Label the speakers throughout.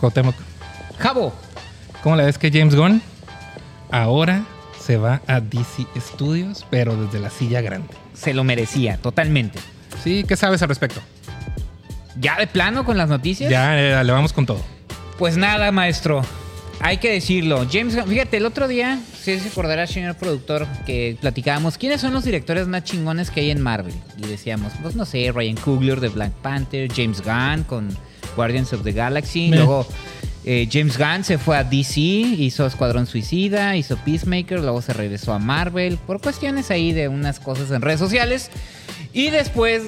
Speaker 1: Cuauhtémoc. Jabo, ¿cómo la ves que James Gunn ahora se va a DC Studios, pero desde la silla grande?
Speaker 2: Se lo merecía, totalmente.
Speaker 1: Sí, ¿qué sabes al respecto?
Speaker 2: ¿Ya de plano con las noticias?
Speaker 1: Ya eh, le vamos con todo.
Speaker 2: Pues nada, maestro. Hay que decirlo. James Gunn, fíjate, el otro día, si se acordará, señor productor, que platicábamos quiénes son los directores más chingones que hay en Marvel. Y decíamos, pues no sé, Ryan Coogler de Black Panther, James Gunn con Guardians of the Galaxy.
Speaker 1: Me-
Speaker 2: Luego eh, James Gunn se fue a DC, hizo Escuadrón Suicida, hizo Peacemaker, luego se regresó a Marvel por cuestiones ahí de unas cosas en redes sociales. Y después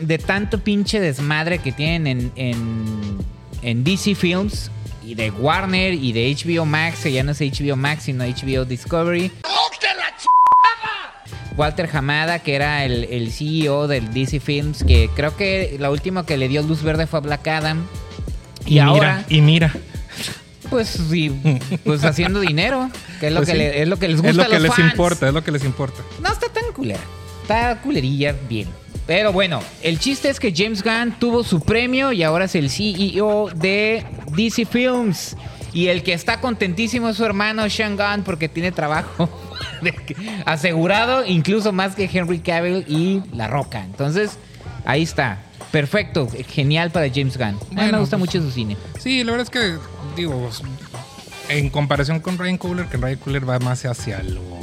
Speaker 2: de tanto pinche desmadre que tienen en, en, en DC Films y de Warner y de HBO Max, que ya no es HBO Max sino HBO Discovery. Walter Hamada, que era el, el CEO del DC Films, que creo que la última que le dio luz verde fue a Black Adam. Y,
Speaker 1: mira,
Speaker 2: ahora,
Speaker 1: y mira,
Speaker 2: pues, sí, pues haciendo dinero, que es lo,
Speaker 1: Pues
Speaker 2: que,
Speaker 1: sí.
Speaker 2: le- es lo que les gusta
Speaker 1: es lo
Speaker 2: a
Speaker 1: que
Speaker 2: los
Speaker 1: les
Speaker 2: fans.
Speaker 1: importa, es lo que les importa.
Speaker 2: No está tan culera. Está culerilla bien. Pero bueno, el chiste es que James Gunn tuvo su premio y ahora es el CEO de DC Films. Y el que está contentísimo es su hermano Sean Gunn porque tiene trabajo asegurado, incluso más que Henry Cavill y La Roca. Entonces, ahí está. Perfecto, genial para James Gunn. A mí me
Speaker 1: Bueno,
Speaker 2: gusta
Speaker 1: pues-
Speaker 2: mucho su cine.
Speaker 1: Sí, la verdad es que, digo, en comparación con Ryan Coogler, que Ryan Coogler va más hacia lo.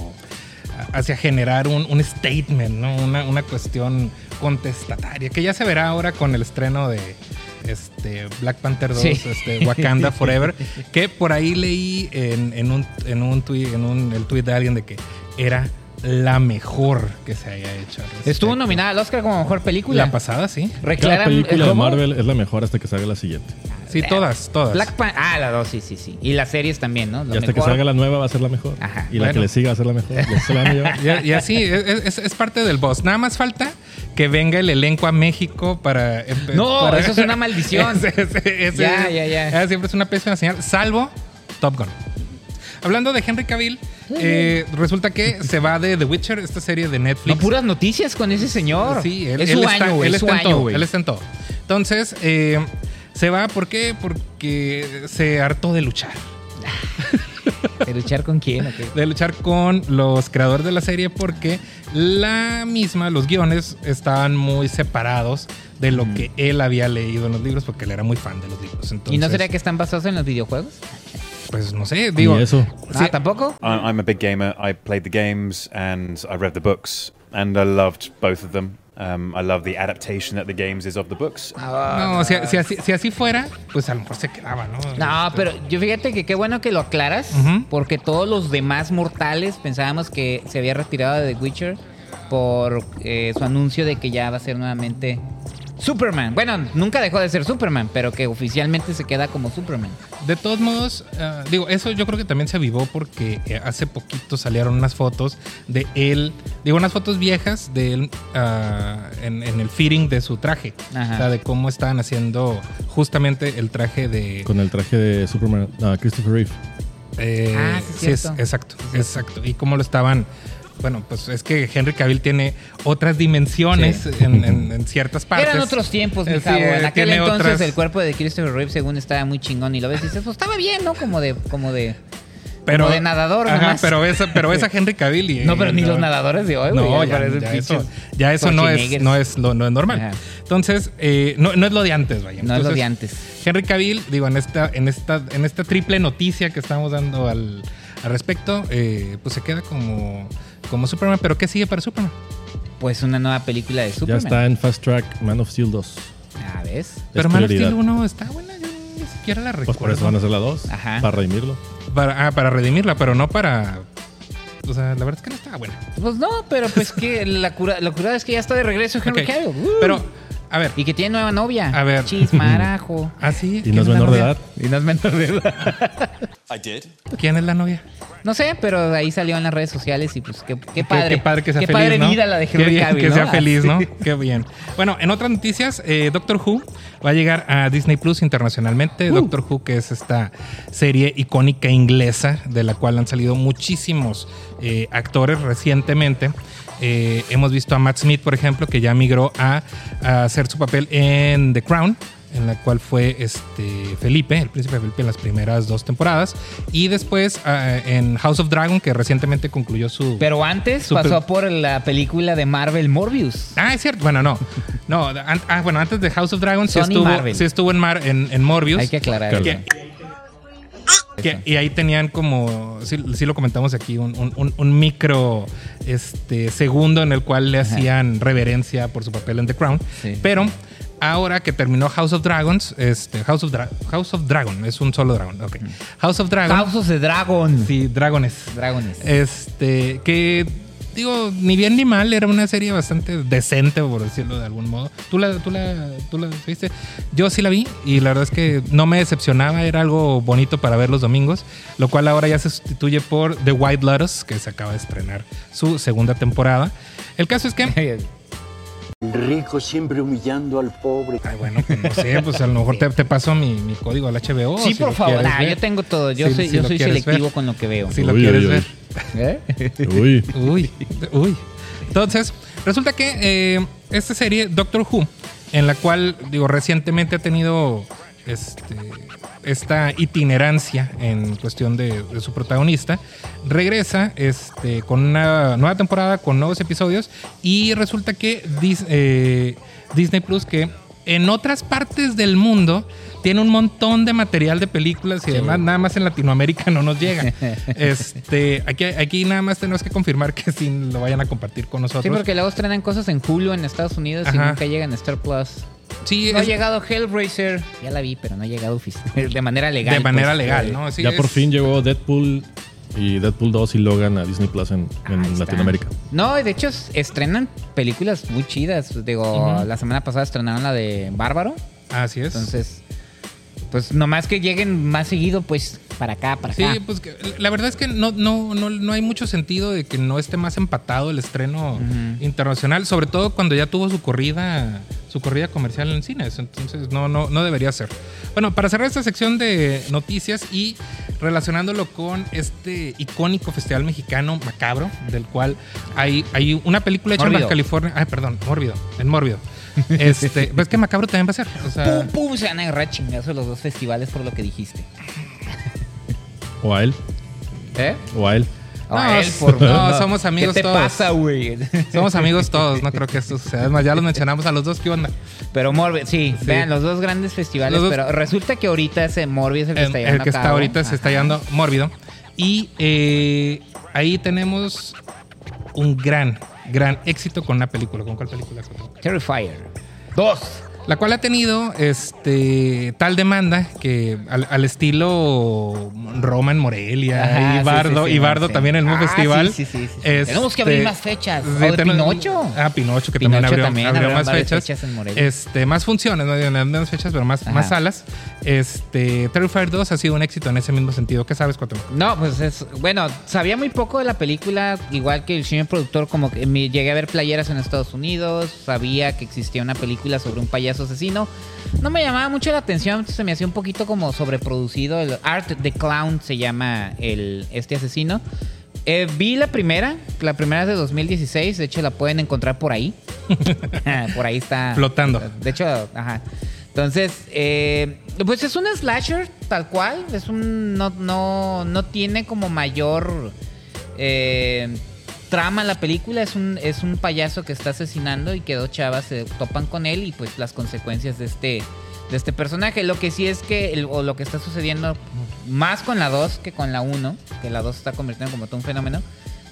Speaker 1: hacia generar un, un statement, ¿no? Una, una cuestión contestataria, que ya se verá ahora con el estreno de. Este, Black Panther 2,
Speaker 2: Sí.
Speaker 1: este, Wakanda Forever, que por ahí leí en, en un, en, un tweet, en un- el tweet de alguien de que era la mejor que se haya hecho. al
Speaker 2: Estuvo
Speaker 1: respecto.
Speaker 2: nominada al Oscar como mejor película.
Speaker 1: La pasada, sí.
Speaker 2: Reclaran- eh,
Speaker 3: Cada película de
Speaker 2: ¿Cómo?
Speaker 3: Marvel es la mejor hasta que salga la siguiente.
Speaker 1: Sí, todas, todas.
Speaker 2: Black Pan- ah, la dos, sí, sí, sí. Y las series también, ¿no? Lo
Speaker 3: y hasta que
Speaker 2: mejor.
Speaker 3: salga la nueva va a ser la mejor.
Speaker 2: Ajá.
Speaker 3: y la
Speaker 1: Bueno.
Speaker 3: que le siga va a ser la mejor. Y así se la van a llevar.
Speaker 1: Y, y así, es, es- es parte del boss. Nada más falta que venga el elenco a México para... empe-
Speaker 2: No,
Speaker 1: para-
Speaker 2: eso es una maldición.
Speaker 1: Ese- ese- ese-
Speaker 2: Ya, ya, ya.
Speaker 1: eh, Siempre es una pésima señal, salvo Top Gun. Hablando de Henry Cavill, eh, resulta que se va de The Witcher, esta serie de Netflix.
Speaker 2: No, puras noticias con ese señor.
Speaker 1: Sí, él,
Speaker 2: es
Speaker 1: él
Speaker 2: su
Speaker 1: está,
Speaker 2: año, güey.
Speaker 1: él
Speaker 2: es su
Speaker 1: está en
Speaker 2: año,
Speaker 1: todo.
Speaker 2: güey.
Speaker 1: Él está en todo. Entonces, eh, se va, ¿por qué? Porque se hartó de luchar.
Speaker 2: ¿De luchar con quién? o qué?
Speaker 1: de luchar con los creadores de la serie porque la misma, los guiones estaban muy separados de lo que él había leído en los libros porque él era muy fan de los libros. Entonces,
Speaker 2: ¿Y no sería que están basados en los videojuegos?
Speaker 1: Pues no sé, digo.
Speaker 3: Ni eso.
Speaker 1: Sí,
Speaker 2: Ah, ¿tampoco?
Speaker 4: I- I'm a big gamer. I played the games and I read the books, and I loved both of them. Um, I love the adaptation that the games is of the books.
Speaker 1: no, si, si así, si así fuera, pues a lo mejor se quedaba, ¿no?
Speaker 2: No,
Speaker 1: Este,
Speaker 2: pero yo fíjate que qué bueno que lo aclaras,
Speaker 1: Ujú.
Speaker 2: porque todos los demás mortales pensábamos que se había retirado de The Witcher por eh, su anuncio de que ya va a ser nuevamente Superman. Bueno, nunca dejó de ser Superman, pero que oficialmente se queda como Superman.
Speaker 1: De todos modos, ah, digo, eso yo creo que también se avivó porque eh, hace poquito salieron unas fotos de él, digo, unas fotos viejas de él ah, en, en el fitting de su traje.
Speaker 2: Ajá.
Speaker 1: O sea, de cómo estaban haciendo justamente el traje de...
Speaker 3: Con el traje de Superman, ah, Christopher Reeve.
Speaker 1: eh,
Speaker 2: Ah, sí,
Speaker 1: es-
Speaker 2: cierto.
Speaker 1: exacto, exacto. Y cómo lo estaban... Bueno, pues es que Henry Cavill tiene otras dimensiones
Speaker 2: Sí.
Speaker 1: en, en- en ciertas partes.
Speaker 2: Eran otros tiempos, mi
Speaker 1: Eh, sí,
Speaker 2: chavo. en
Speaker 1: eh,
Speaker 2: aquel
Speaker 1: tiene
Speaker 2: entonces
Speaker 1: otras-
Speaker 2: el cuerpo de Christopher Reeve, según estaba muy chingón, y lo ves y dices, pues estaba bien, ¿no? Como de, como de. como de nadador,
Speaker 1: Ajá,
Speaker 2: nomás.
Speaker 1: pero ves, pero ves a Henry Cavill y...
Speaker 2: No, pero ni los nadadores de hoy, güey.
Speaker 1: No,
Speaker 2: ya
Speaker 1: ya,
Speaker 2: parecen
Speaker 1: ya
Speaker 2: pinches
Speaker 1: eso, ya eso no es,
Speaker 2: Schwarzeneggers.
Speaker 1: no es lo no es normal.
Speaker 2: Ajá.
Speaker 1: Entonces, eh, no, no es lo de antes, vaya.
Speaker 2: No es lo
Speaker 1: Entonces,
Speaker 2: de antes.
Speaker 1: Henry Cavill, digo, en esta, en esta, en esta triple noticia que estamos dando al, al respecto, eh, pues se queda como, como Superman. Pero ¿qué sigue para Superman?
Speaker 2: Pues una nueva película de
Speaker 3: Ya
Speaker 2: Superman.
Speaker 3: está en Fast Track Man of Steel 2.
Speaker 2: Ah, ¿ves?
Speaker 1: pero Man of
Speaker 3: prioridad.
Speaker 1: Steel 1 está buena, yo ni siquiera la
Speaker 3: Pues por
Speaker 1: recuerdo.
Speaker 3: eso van a hacer la 2.
Speaker 2: Ajá.
Speaker 3: Para redimirlo.
Speaker 1: para, ah, para redimirla, pero no para. O sea, la verdad es que no estaba buena.
Speaker 2: Pues no, pero pues que la cura, la curada es que ya está de regreso Henry
Speaker 1: Ok.
Speaker 2: Cavill. Uh.
Speaker 1: Pero, a ver, ah,
Speaker 2: Y que tiene nueva novia.
Speaker 1: A ver.
Speaker 2: Chismarajo.
Speaker 1: así.
Speaker 3: Y no es menor de edad.
Speaker 2: y no es menor de edad.
Speaker 5: I did.
Speaker 1: ¿Quién es la novia?
Speaker 2: No sé, pero ahí salió en las redes sociales y pues qué, qué padre.
Speaker 1: Qué, padre que sea
Speaker 2: Qué
Speaker 1: feliz.
Speaker 2: padre
Speaker 1: ¿no?
Speaker 2: vida la de
Speaker 1: Qué
Speaker 2: Henry
Speaker 1: bien
Speaker 2: Cavill.
Speaker 1: Que
Speaker 2: ¿no? Ah,
Speaker 1: sea feliz, ¿no?
Speaker 2: Así.
Speaker 1: Qué bien. Bueno, en otras noticias, eh, Doctor Who va a llegar a Disney Plus
Speaker 2: Uh.
Speaker 1: internacionalmente. Doctor Who, que es esta serie icónica inglesa de la cual han salido muchísimos eh, actores recientemente. Eh, hemos visto a Matt Smith, por ejemplo, que ya migró a, a hacer su papel en The Crown. en la cual fue este Felipe, el príncipe Felipe, en las primeras dos temporadas. Y después ah, en House of Dragon, que recientemente concluyó su.
Speaker 2: Pero antes
Speaker 1: Super-
Speaker 2: pasó por la película de Marvel Morbius.
Speaker 1: Ah, es cierto. Bueno, no. No, an- ah, bueno, antes de House of Dragon sí
Speaker 2: Sony
Speaker 1: estuvo,
Speaker 2: Marvel.
Speaker 1: sí estuvo en, Mar- en, en Morbius.
Speaker 2: Hay que aclarar eso.
Speaker 1: Que- que- y ahí tenían como, sí, sí lo comentamos aquí, un, un- un- un micro este, segundo en el cual le
Speaker 2: Ajá.
Speaker 1: hacían reverencia por su papel en The Crown.
Speaker 2: Sí.
Speaker 1: Pero ahora que terminó House of Dragons, este, House, of Dra- House of Dragon, es un solo dragón, ok. House of Dragon.
Speaker 2: House of the Dragon.
Speaker 1: Sí, dragones.
Speaker 2: Dragones.
Speaker 1: Este, que digo, ni bien ni mal, era una serie bastante decente, por decirlo de algún modo. ¿Tú la, tú la, tú la viste? Yo sí la vi y la verdad es que no me decepcionaba, era algo bonito para ver los domingos, lo cual ahora ya se sustituye por The White Lotus, que se acaba de estrenar su segunda temporada. El caso es que...
Speaker 5: Rico siempre humillando al pobre.
Speaker 1: Ay, bueno, pues no sé, pues a lo mejor te, te paso mi, mi código al HBO.
Speaker 2: sí,
Speaker 1: si
Speaker 2: por
Speaker 1: lo
Speaker 2: favor.
Speaker 1: quieres
Speaker 2: Ah,
Speaker 1: ver.
Speaker 2: yo tengo todo. Yo
Speaker 1: Si-
Speaker 2: soy,
Speaker 1: si
Speaker 2: yo
Speaker 1: lo
Speaker 2: soy
Speaker 1: quieres ver.
Speaker 2: selectivo con lo que veo.
Speaker 1: Si lo
Speaker 3: Uy, uy,
Speaker 1: quieres
Speaker 3: uy.
Speaker 1: ver.
Speaker 2: ¿Eh?
Speaker 3: Uy.
Speaker 1: Uy, uy. Entonces, resulta que eh, esta serie, Doctor Who, en la cual, digo, recientemente ha tenido este, esta itinerancia en cuestión de, de su protagonista, regresa este, con una nueva temporada, con nuevos episodios, y resulta que Dis- eh, Disney Plus, que en otras partes del mundo, tiene un montón de material de películas y demás, nada más en Latinoamérica no nos llega. Este, aquí, aquí nada más tenemos que confirmar que sí lo vayan a compartir con nosotros.
Speaker 2: Sí, porque luego estrenan cosas en Hulu en Estados Unidos y
Speaker 1: Ajá.
Speaker 2: nunca llegan a Star Plus.
Speaker 1: Sí,
Speaker 2: No ha
Speaker 1: es
Speaker 2: llegado Hellraiser. Ya la vi, pero no ha llegado ofici- de manera legal.
Speaker 1: de manera
Speaker 2: pues.
Speaker 1: legal, ¿no? Sí,
Speaker 3: ya por
Speaker 1: es-
Speaker 3: fin llegó Deadpool y Deadpool 2 y Logan a Disney Plus en, en
Speaker 2: Ahí está.
Speaker 3: Latinoamérica.
Speaker 2: No, y de hecho s- estrenan películas muy chidas. Digo, la semana pasada estrenaron la de Bárbaro.
Speaker 1: Así es.
Speaker 2: Entonces, pues nomás que lleguen más seguido, pues para acá, para
Speaker 1: Sí,
Speaker 2: acá.
Speaker 1: pues que- la verdad es que no, no, no, no hay mucho sentido de que no esté más empatado el estreno
Speaker 2: Ujú.
Speaker 1: internacional, sobre todo cuando ya tuvo su corrida, su corrida comercial en cines. Entonces no, no, no debería ser. Bueno, para cerrar esta sección de noticias y relacionándolo con este icónico festival mexicano macabro, del cual hay, hay una película hecha en
Speaker 2: Mórbido.
Speaker 1: Baja California. Ay, perdón, mórbido, en mórbido. Este, ves que macabro también va a ser. pues, O sea,
Speaker 2: Pum, pum, se van a agarrar chingazos los dos festivales por lo que dijiste.
Speaker 3: O a él,
Speaker 2: ¿Eh?
Speaker 3: o a él.
Speaker 2: A
Speaker 1: No,
Speaker 2: él, por-
Speaker 1: no, somos amigos
Speaker 2: ¿Qué te
Speaker 1: todos.
Speaker 2: pasa, güey?
Speaker 1: somos amigos todos, no creo que esto suceda. Es más, ya los mencionamos a los dos. ¿Qué onda?
Speaker 2: Pero Morbi, sí,
Speaker 1: Sí.
Speaker 2: vean, los dos grandes festivales,
Speaker 1: Los dos-
Speaker 2: pero resulta que ahorita ese Morbi es el que
Speaker 1: Eh, el,
Speaker 2: está llevando
Speaker 1: el que
Speaker 2: a
Speaker 1: está
Speaker 2: cabo.
Speaker 1: ahorita se está
Speaker 2: Ajá.
Speaker 1: llevando mórbido. Y eh, ahí tenemos un gran, gran éxito con una película. ¿Con cuál película?
Speaker 2: Terrifier. Dos.
Speaker 1: La cual ha tenido este tal demanda que al, al estilo Roma en Morelia
Speaker 2: Ajá,
Speaker 1: y
Speaker 2: sí,
Speaker 1: Bardo,
Speaker 2: sí, sí,
Speaker 1: y Bardo
Speaker 2: sí.
Speaker 1: también en un
Speaker 2: Ah,
Speaker 1: festival.
Speaker 2: sí, sí, sí, sí.
Speaker 1: este,
Speaker 2: Tenemos que abrir más fechas.
Speaker 1: sí,
Speaker 2: O de
Speaker 1: tenemos-
Speaker 2: Pinocho.
Speaker 1: Ah, Pinocho, que también
Speaker 2: Pinocho
Speaker 1: abrió,
Speaker 2: también
Speaker 1: abrió
Speaker 2: abrió
Speaker 1: más
Speaker 2: varias
Speaker 1: fechas.
Speaker 2: fechas en Morelia.
Speaker 1: este, más funciones, no digo, no menos fechas, pero más,
Speaker 2: Ajá.
Speaker 1: más salas. Este, Terrifier 2 ha sido un éxito en ese mismo sentido. ¿Qué sabes, Cuatro?
Speaker 2: No, pues es. Bueno, sabía muy poco de la película, igual que el señor productor, como que me llegué a ver playeras en Estados Unidos, sabía que existía una película sobre un payaso asesino. No me llamaba mucho la atención, se me hacía un poquito como sobreproducido. El Art the Clown se llama el, este asesino. Eh, vi la primera, la primera es de 2016, de hecho la pueden encontrar por ahí. por ahí está.
Speaker 1: Flotando.
Speaker 2: De hecho, ajá. Entonces, eh, pues es un slasher tal cual. Es un. No, no, no tiene como mayor eh, trama la película. Es un, es un payaso que está asesinando y que dos chavas se topan con él y pues las consecuencias de este. De este personaje, lo que sí es que, el- o lo que está sucediendo más con la 2 que con la 1, que la 2 se está convirtiendo como todo un fenómeno,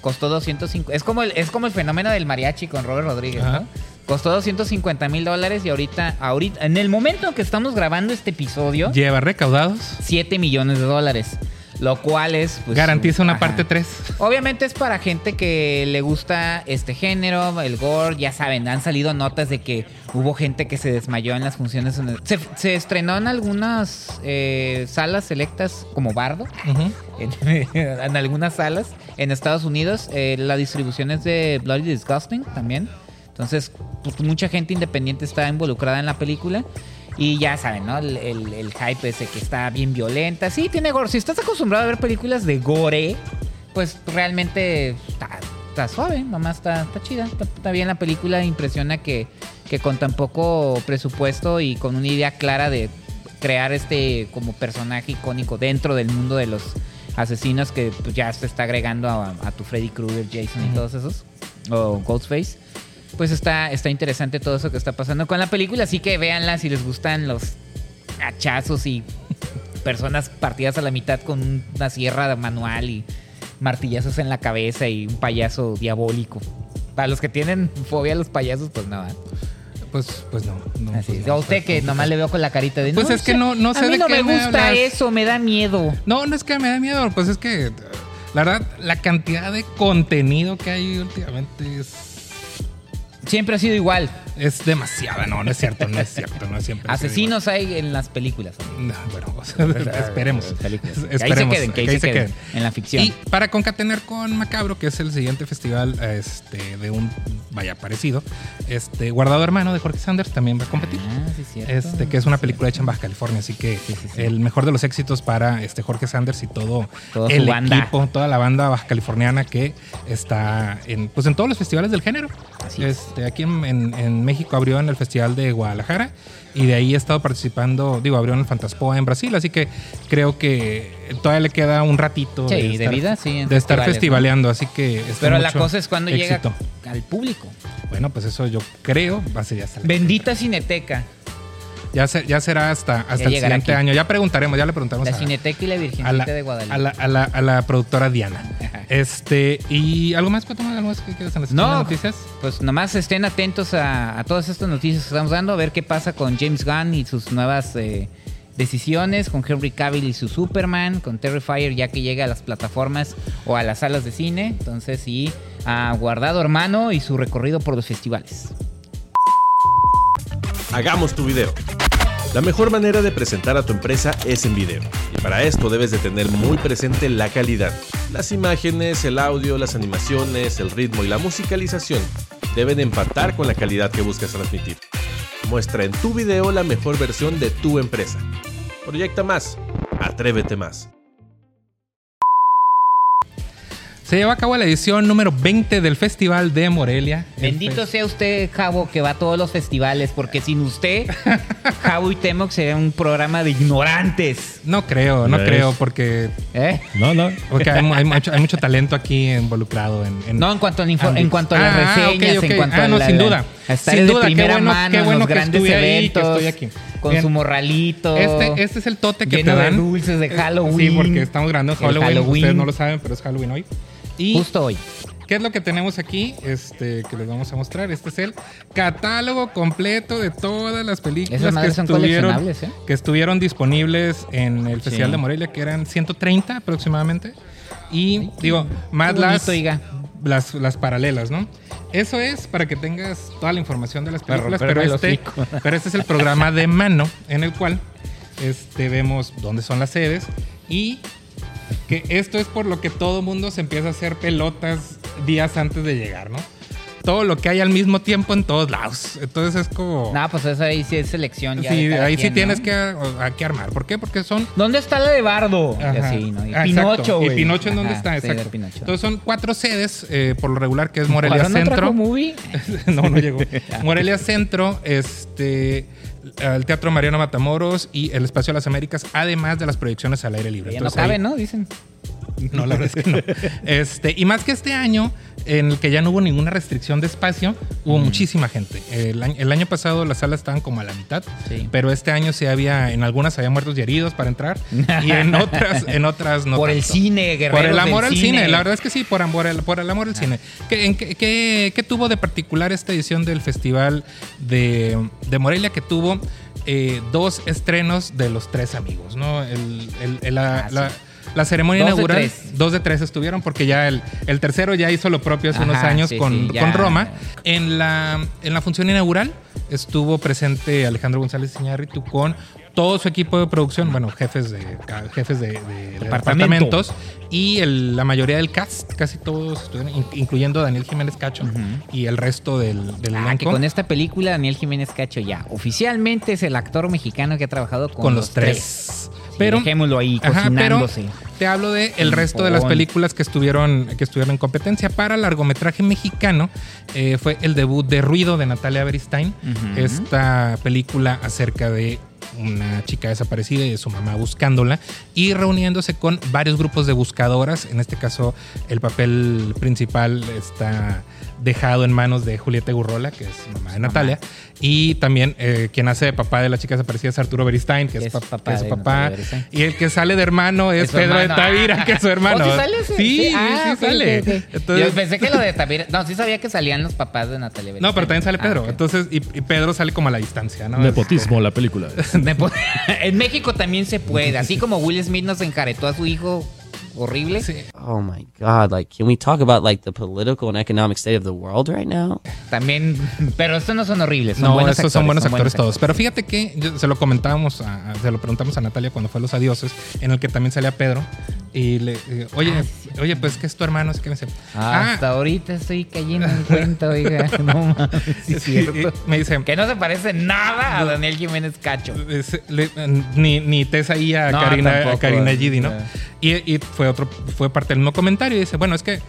Speaker 2: costó 205. Es como el, es como el fenómeno del mariachi con Robert Rodríguez,
Speaker 1: Ajá.
Speaker 2: ¿no? Costó 250 mil dólares y ahorita, ahorita, en el momento que estamos grabando este episodio,
Speaker 1: Lleva recaudados.
Speaker 2: 7 millones de dólares. Lo cual es. pues,
Speaker 1: Garantiza una
Speaker 2: ajá.
Speaker 1: parte 3.
Speaker 2: Obviamente es para gente que le gusta este género, el gore, ya saben, han salido notas de que hubo gente que se desmayó en las funciones. en el- Se, se estrenó en algunas eh, salas selectas como Bardo, en, en algunas salas en Estados Unidos. eh, la distribución es de Bloody Disgusting también. Entonces, pues, mucha gente independiente está involucrada en la película. Y ya saben, ¿no? El, el- el hype ese que está bien violenta. Sí, tiene gore. Si estás acostumbrado a ver películas de gore, pues realmente está está suave, nomás está, está chida. Está, está bien la película, impresiona que, que con tan poco presupuesto y con una idea clara de crear este como personaje icónico dentro del mundo de los asesinos que pues, ya se está agregando a, a tu Freddy Krueger, Jason y todos esos, o Ghostface. Pues está, está interesante todo eso que está pasando con la película, así que véanla si les gustan los hachazos y personas partidas a la mitad con una sierra manual y martillazos en la cabeza y un payaso diabólico. Para los que tienen fobia a los payasos, pues nada.
Speaker 1: Pues, pues no. no,
Speaker 2: Así
Speaker 1: pues
Speaker 2: es.
Speaker 1: no,
Speaker 2: a usted
Speaker 1: pues
Speaker 2: que
Speaker 1: no.
Speaker 2: nomás le veo con la carita de
Speaker 1: Pues es que no- no
Speaker 2: a
Speaker 1: sé
Speaker 2: mí
Speaker 1: de
Speaker 2: no
Speaker 1: qué
Speaker 2: me
Speaker 1: me
Speaker 2: gusta
Speaker 1: hablas".
Speaker 2: eso, me da miedo.
Speaker 1: No, no es que me da miedo, pues es que eh, la verdad, la cantidad de contenido que hay últimamente es,
Speaker 2: Siempre ha sido igual.
Speaker 1: es demasiada. No, no es cierto, no es cierto, no es siempre. ha sido igual.
Speaker 2: Asesinos hay en las películas.
Speaker 1: No, bueno, o sea, esperemos.
Speaker 2: eh, Películas.
Speaker 1: Es-
Speaker 2: Que ahí se
Speaker 1: esperemos,
Speaker 2: queden, que ahí, se, queden. En la ficción.
Speaker 1: Y para concatenar con Macabro, que es el siguiente festival este, de un, vaya, parecido, este, Guardado Hermano de Jorge Sanders también va a competir.
Speaker 2: Ah, sí, es cierto.
Speaker 1: Este, que es una película hecha en Baja California, así que el mejor de los éxitos para este Jorge Sanders y todo
Speaker 2: Toda su
Speaker 1: el
Speaker 2: banda.
Speaker 1: equipo, toda la banda baja californiana que está en, pues en todos los festivales del género.
Speaker 2: Así es.
Speaker 1: este, aquí en, en- en México abrió en el Festival de Guadalajara y de ahí ha estado participando, digo, abrió en el Fantaspoa en Brasil, así que creo que todavía le queda un ratito
Speaker 2: Sí, de vida, sí, en
Speaker 1: de estar
Speaker 2: festivales, ¿no?
Speaker 1: festivaleando, así que está
Speaker 2: Pero la
Speaker 1: mucho
Speaker 2: cosa es cuando llega
Speaker 1: éxito.
Speaker 2: al público.
Speaker 1: Bueno, pues eso yo creo va a ser ya hasta la-
Speaker 2: Bendita Cineteca.
Speaker 1: ya, se- ya será hasta, hasta el
Speaker 2: llegará
Speaker 1: siguiente
Speaker 2: aquí.
Speaker 1: año. Ya preguntaremos, ya le preguntaremos
Speaker 2: La
Speaker 1: a,
Speaker 2: Cineteca y la
Speaker 1: a la,
Speaker 2: Virgencita de Guadalupe.
Speaker 1: a la- a la- a la productora Diana.
Speaker 2: Ajá.
Speaker 1: Este, ¿y algo más, Cuauhtémoc? ¿Algo más que quieras en las en las noticias?
Speaker 2: Pues nomás estén atentos a, a todas estas noticias que estamos dando, a ver qué pasa con James Gunn y sus nuevas eh, decisiones, con Henry Cavill y su Superman, con Terrifier ya que llega a las plataformas o a las salas de cine. Entonces, y a Guardado Hermano y su recorrido por los festivales.
Speaker 6: Hagamos tu video. La mejor manera de presentar a tu empresa es en video. Y para esto debes de tener muy presente la calidad. Las imágenes, el audio, las animaciones, el ritmo y la musicalización deben empatar con la calidad que buscas transmitir. Muestra en tu video la mejor versión de tu empresa. Proyecta más. Atrévete más.
Speaker 1: Se llevó a cabo la edición número 20 del Festival de Morelia. El
Speaker 2: Bendito
Speaker 1: fe-
Speaker 2: sea usted, Javo, que va a todos los festivales, porque sin usted, Javo y Temoc sería un programa de ignorantes.
Speaker 1: No creo, no
Speaker 3: ¿Ves?
Speaker 1: creo, porque,
Speaker 2: ¿eh?
Speaker 3: No, no.
Speaker 1: porque hay, mu- hay mucho, hay mucho talento aquí involucrado en... en-
Speaker 2: No, en cuanto a, la info-
Speaker 1: ámbitos.
Speaker 2: en cuanto a las
Speaker 1: Ah,
Speaker 2: reseñas,
Speaker 1: ok, ok.
Speaker 2: en cuanto
Speaker 1: Ah,
Speaker 2: a
Speaker 1: no,
Speaker 2: la-
Speaker 1: sin
Speaker 2: la-
Speaker 1: duda.
Speaker 2: a estar
Speaker 1: Sin
Speaker 2: de
Speaker 1: duda, qué
Speaker 2: primera
Speaker 1: bueno-
Speaker 2: mano
Speaker 1: qué
Speaker 2: en
Speaker 1: bueno
Speaker 2: los
Speaker 1: que
Speaker 2: grandes
Speaker 1: estuve ahí, que
Speaker 2: eventos,
Speaker 1: estoy aquí.
Speaker 2: con
Speaker 1: Bien.
Speaker 2: su morralito,
Speaker 1: Este, este es el tote que
Speaker 2: lleno
Speaker 1: te
Speaker 2: de
Speaker 1: dan.
Speaker 2: dulces de
Speaker 1: Es-
Speaker 2: Halloween.
Speaker 1: Sí, porque estamos grabando en
Speaker 2: El
Speaker 1: Halloween.
Speaker 2: Halloween.
Speaker 1: Ustedes no lo saben, pero es Halloween hoy. Y
Speaker 2: justo hoy.
Speaker 1: ¿Qué es lo que tenemos aquí? Este, que les vamos a mostrar. Este es el catálogo completo de todas las películas
Speaker 2: Esas
Speaker 1: que
Speaker 2: madres son
Speaker 1: estuvieron,
Speaker 2: coleccionables, ¿eh?
Speaker 1: que estuvieron disponibles en el Festival de Morelia, que eran 130 aproximadamente. Y digo, más
Speaker 2: bonito,
Speaker 1: las,
Speaker 2: oiga.
Speaker 1: las, las paralelas, ¿no? Eso es para que tengas toda la información de las
Speaker 2: Para
Speaker 1: películas, pero
Speaker 2: romperme el
Speaker 1: este, pero este es el programa de mano en el cual este, vemos dónde son las sedes y que esto es por lo que todo mundo se empieza a hacer pelotas días antes de llegar, ¿no? Todo lo que hay al mismo tiempo en todos lados. Entonces es como...
Speaker 2: No, pues eso ahí sí es selección. ya
Speaker 1: Oh. sí,
Speaker 2: de cada
Speaker 1: ahí sí
Speaker 2: quien, ¿no?
Speaker 1: tienes que, a- que armar. ¿Por qué? Porque son...
Speaker 2: ¿Dónde está la de Bardo? Y
Speaker 1: Ajá.
Speaker 2: así, ¿no? Y
Speaker 1: Ah,
Speaker 2: Pinocho,
Speaker 1: exacto.
Speaker 2: güey.
Speaker 1: ¿Y Pinocho en dónde
Speaker 2: Ajá,
Speaker 1: está?
Speaker 2: sí, de
Speaker 1: Exacto.
Speaker 2: Pinocho.
Speaker 1: Entonces son cuatro sedes, eh, por lo regular, que es Morelia
Speaker 2: ¿Cuándo
Speaker 1: Centro.
Speaker 2: trajo movie?
Speaker 1: no, no llegó. Morelia Centro, este, el Teatro Mariano Matamoros y el Espacio de las Américas, además de las proyecciones al aire libre.
Speaker 2: Ya no
Speaker 1: Entonces, ahí-
Speaker 2: cabe, ¿no? Dicen.
Speaker 1: no, la verdad es que no. Este, y más que este año, en el que ya no hubo ninguna restricción de espacio, hubo muchísima gente. El, año- el año pasado las salas estaban como a la mitad,
Speaker 2: Sí.
Speaker 1: pero este año sí había, en algunas había muertos y heridos para entrar, y en otras, en otras no.
Speaker 2: por el
Speaker 1: tanto.
Speaker 2: cine, guerrero.
Speaker 1: Por el amor al cine. la verdad es que sí, por amor, al- por el amor al cine. ¿Qué, en qué- qué- qué tuvo de particular esta edición del Festival de, de Morelia? Que tuvo eh, dos estrenos de los tres amigos, ¿no? El- el- el- la,
Speaker 2: Ah, sí.
Speaker 1: la- la ceremonia
Speaker 2: Dos de
Speaker 1: inaugural,
Speaker 2: tres.
Speaker 1: dos de tres estuvieron, porque ya el, el tercero ya hizo lo propio hace unos
Speaker 2: Ajá,
Speaker 1: años
Speaker 2: sí,
Speaker 1: con,
Speaker 2: sí, ya.
Speaker 1: con Roma. En la, en la función inaugural estuvo presente Alejandro González Iñárritu con todo su equipo de producción, bueno, jefes de ca- jefes de, de- de
Speaker 2: Departamento.
Speaker 1: departamentos y el- la mayoría del cast, casi todos estuvieron, in- incluyendo Daniel Jiménez Cacho y el resto del, del
Speaker 2: Ah,
Speaker 1: elenco.
Speaker 2: que con esta película Daniel Jiménez Cacho ya oficialmente es el actor mexicano que ha trabajado con,
Speaker 1: con, los tres. Pero,
Speaker 2: Dejémoslo ahí
Speaker 1: Ajá, pero
Speaker 2: cocinándose.
Speaker 1: te hablo de el resto de las
Speaker 2: fogón.
Speaker 1: películas que estuvieron, que estuvieron en competencia. Para largometraje mexicano eh, fue el debut de Ruido de Natalia Beristain.
Speaker 2: Ujú.
Speaker 1: Esta película acerca de una chica desaparecida y de su mamá buscándola y reuniéndose con varios grupos de buscadoras. En este caso, el papel principal está dejado en manos de Julieta Gurrola, que es mamá de Natalia, y también eh, quien hace de papá de la chica desaparecida es Arturo Beristain, que es, pa- que es su
Speaker 2: de
Speaker 1: papá.
Speaker 2: Natalia Beristain.
Speaker 1: Y el que sale de hermano es,
Speaker 2: Es su
Speaker 1: Pedro de
Speaker 2: hermano.
Speaker 1: Tavira, que es su hermano.
Speaker 2: ¿Oh, sí sale ese?
Speaker 1: Sí, sí,
Speaker 2: Ah, ok, ok,
Speaker 1: sale.
Speaker 2: ok.
Speaker 1: Entonces-
Speaker 2: Yo pensé que lo de Tavira. No, sí sabía que salían los papás de Natalia Beristain.
Speaker 1: no, pero también sale
Speaker 2: Ah,
Speaker 1: Pedro.
Speaker 2: ok.
Speaker 1: Entonces, y, y Pedro sale como a la distancia, ¿no?
Speaker 3: Nepotismo, la película.
Speaker 2: Nepo- en México también se puede. Así como Will Smith nos encaretó a su hijo horrible.
Speaker 1: Sí.
Speaker 7: Oh my God! Like, can we talk about like the political and economic state of the world right now?
Speaker 2: También. Pero estos no son horribles. Son
Speaker 1: no,
Speaker 2: buenos
Speaker 1: esos son buenos
Speaker 2: son
Speaker 1: actores todos. Pero fíjate que yo- se lo comentábamos, a- a- se lo preguntamos a Natalia cuando fue a Los Adioses, en el que también salía Pedro. Y le eh, oye,
Speaker 2: Ah,
Speaker 1: oye, pues que es tu hermano, así que me dice. "Ah,
Speaker 2: Hasta ahorita estoy cayendo en cuenta, oiga. No mames, sí es
Speaker 1: sí", y-
Speaker 2: cierto.
Speaker 1: me dice,
Speaker 2: Que no se parece nada a Daniel Jiménez Cacho.
Speaker 1: Es- le- ni, ni Tessa ahí a
Speaker 2: No,
Speaker 1: Karina, a
Speaker 2: tampoco,
Speaker 1: Karina
Speaker 2: eh,
Speaker 1: Gidi, ¿no?
Speaker 2: eh.
Speaker 1: Y, y fue otro, fue parte del mismo comentario. Y dice, bueno, es que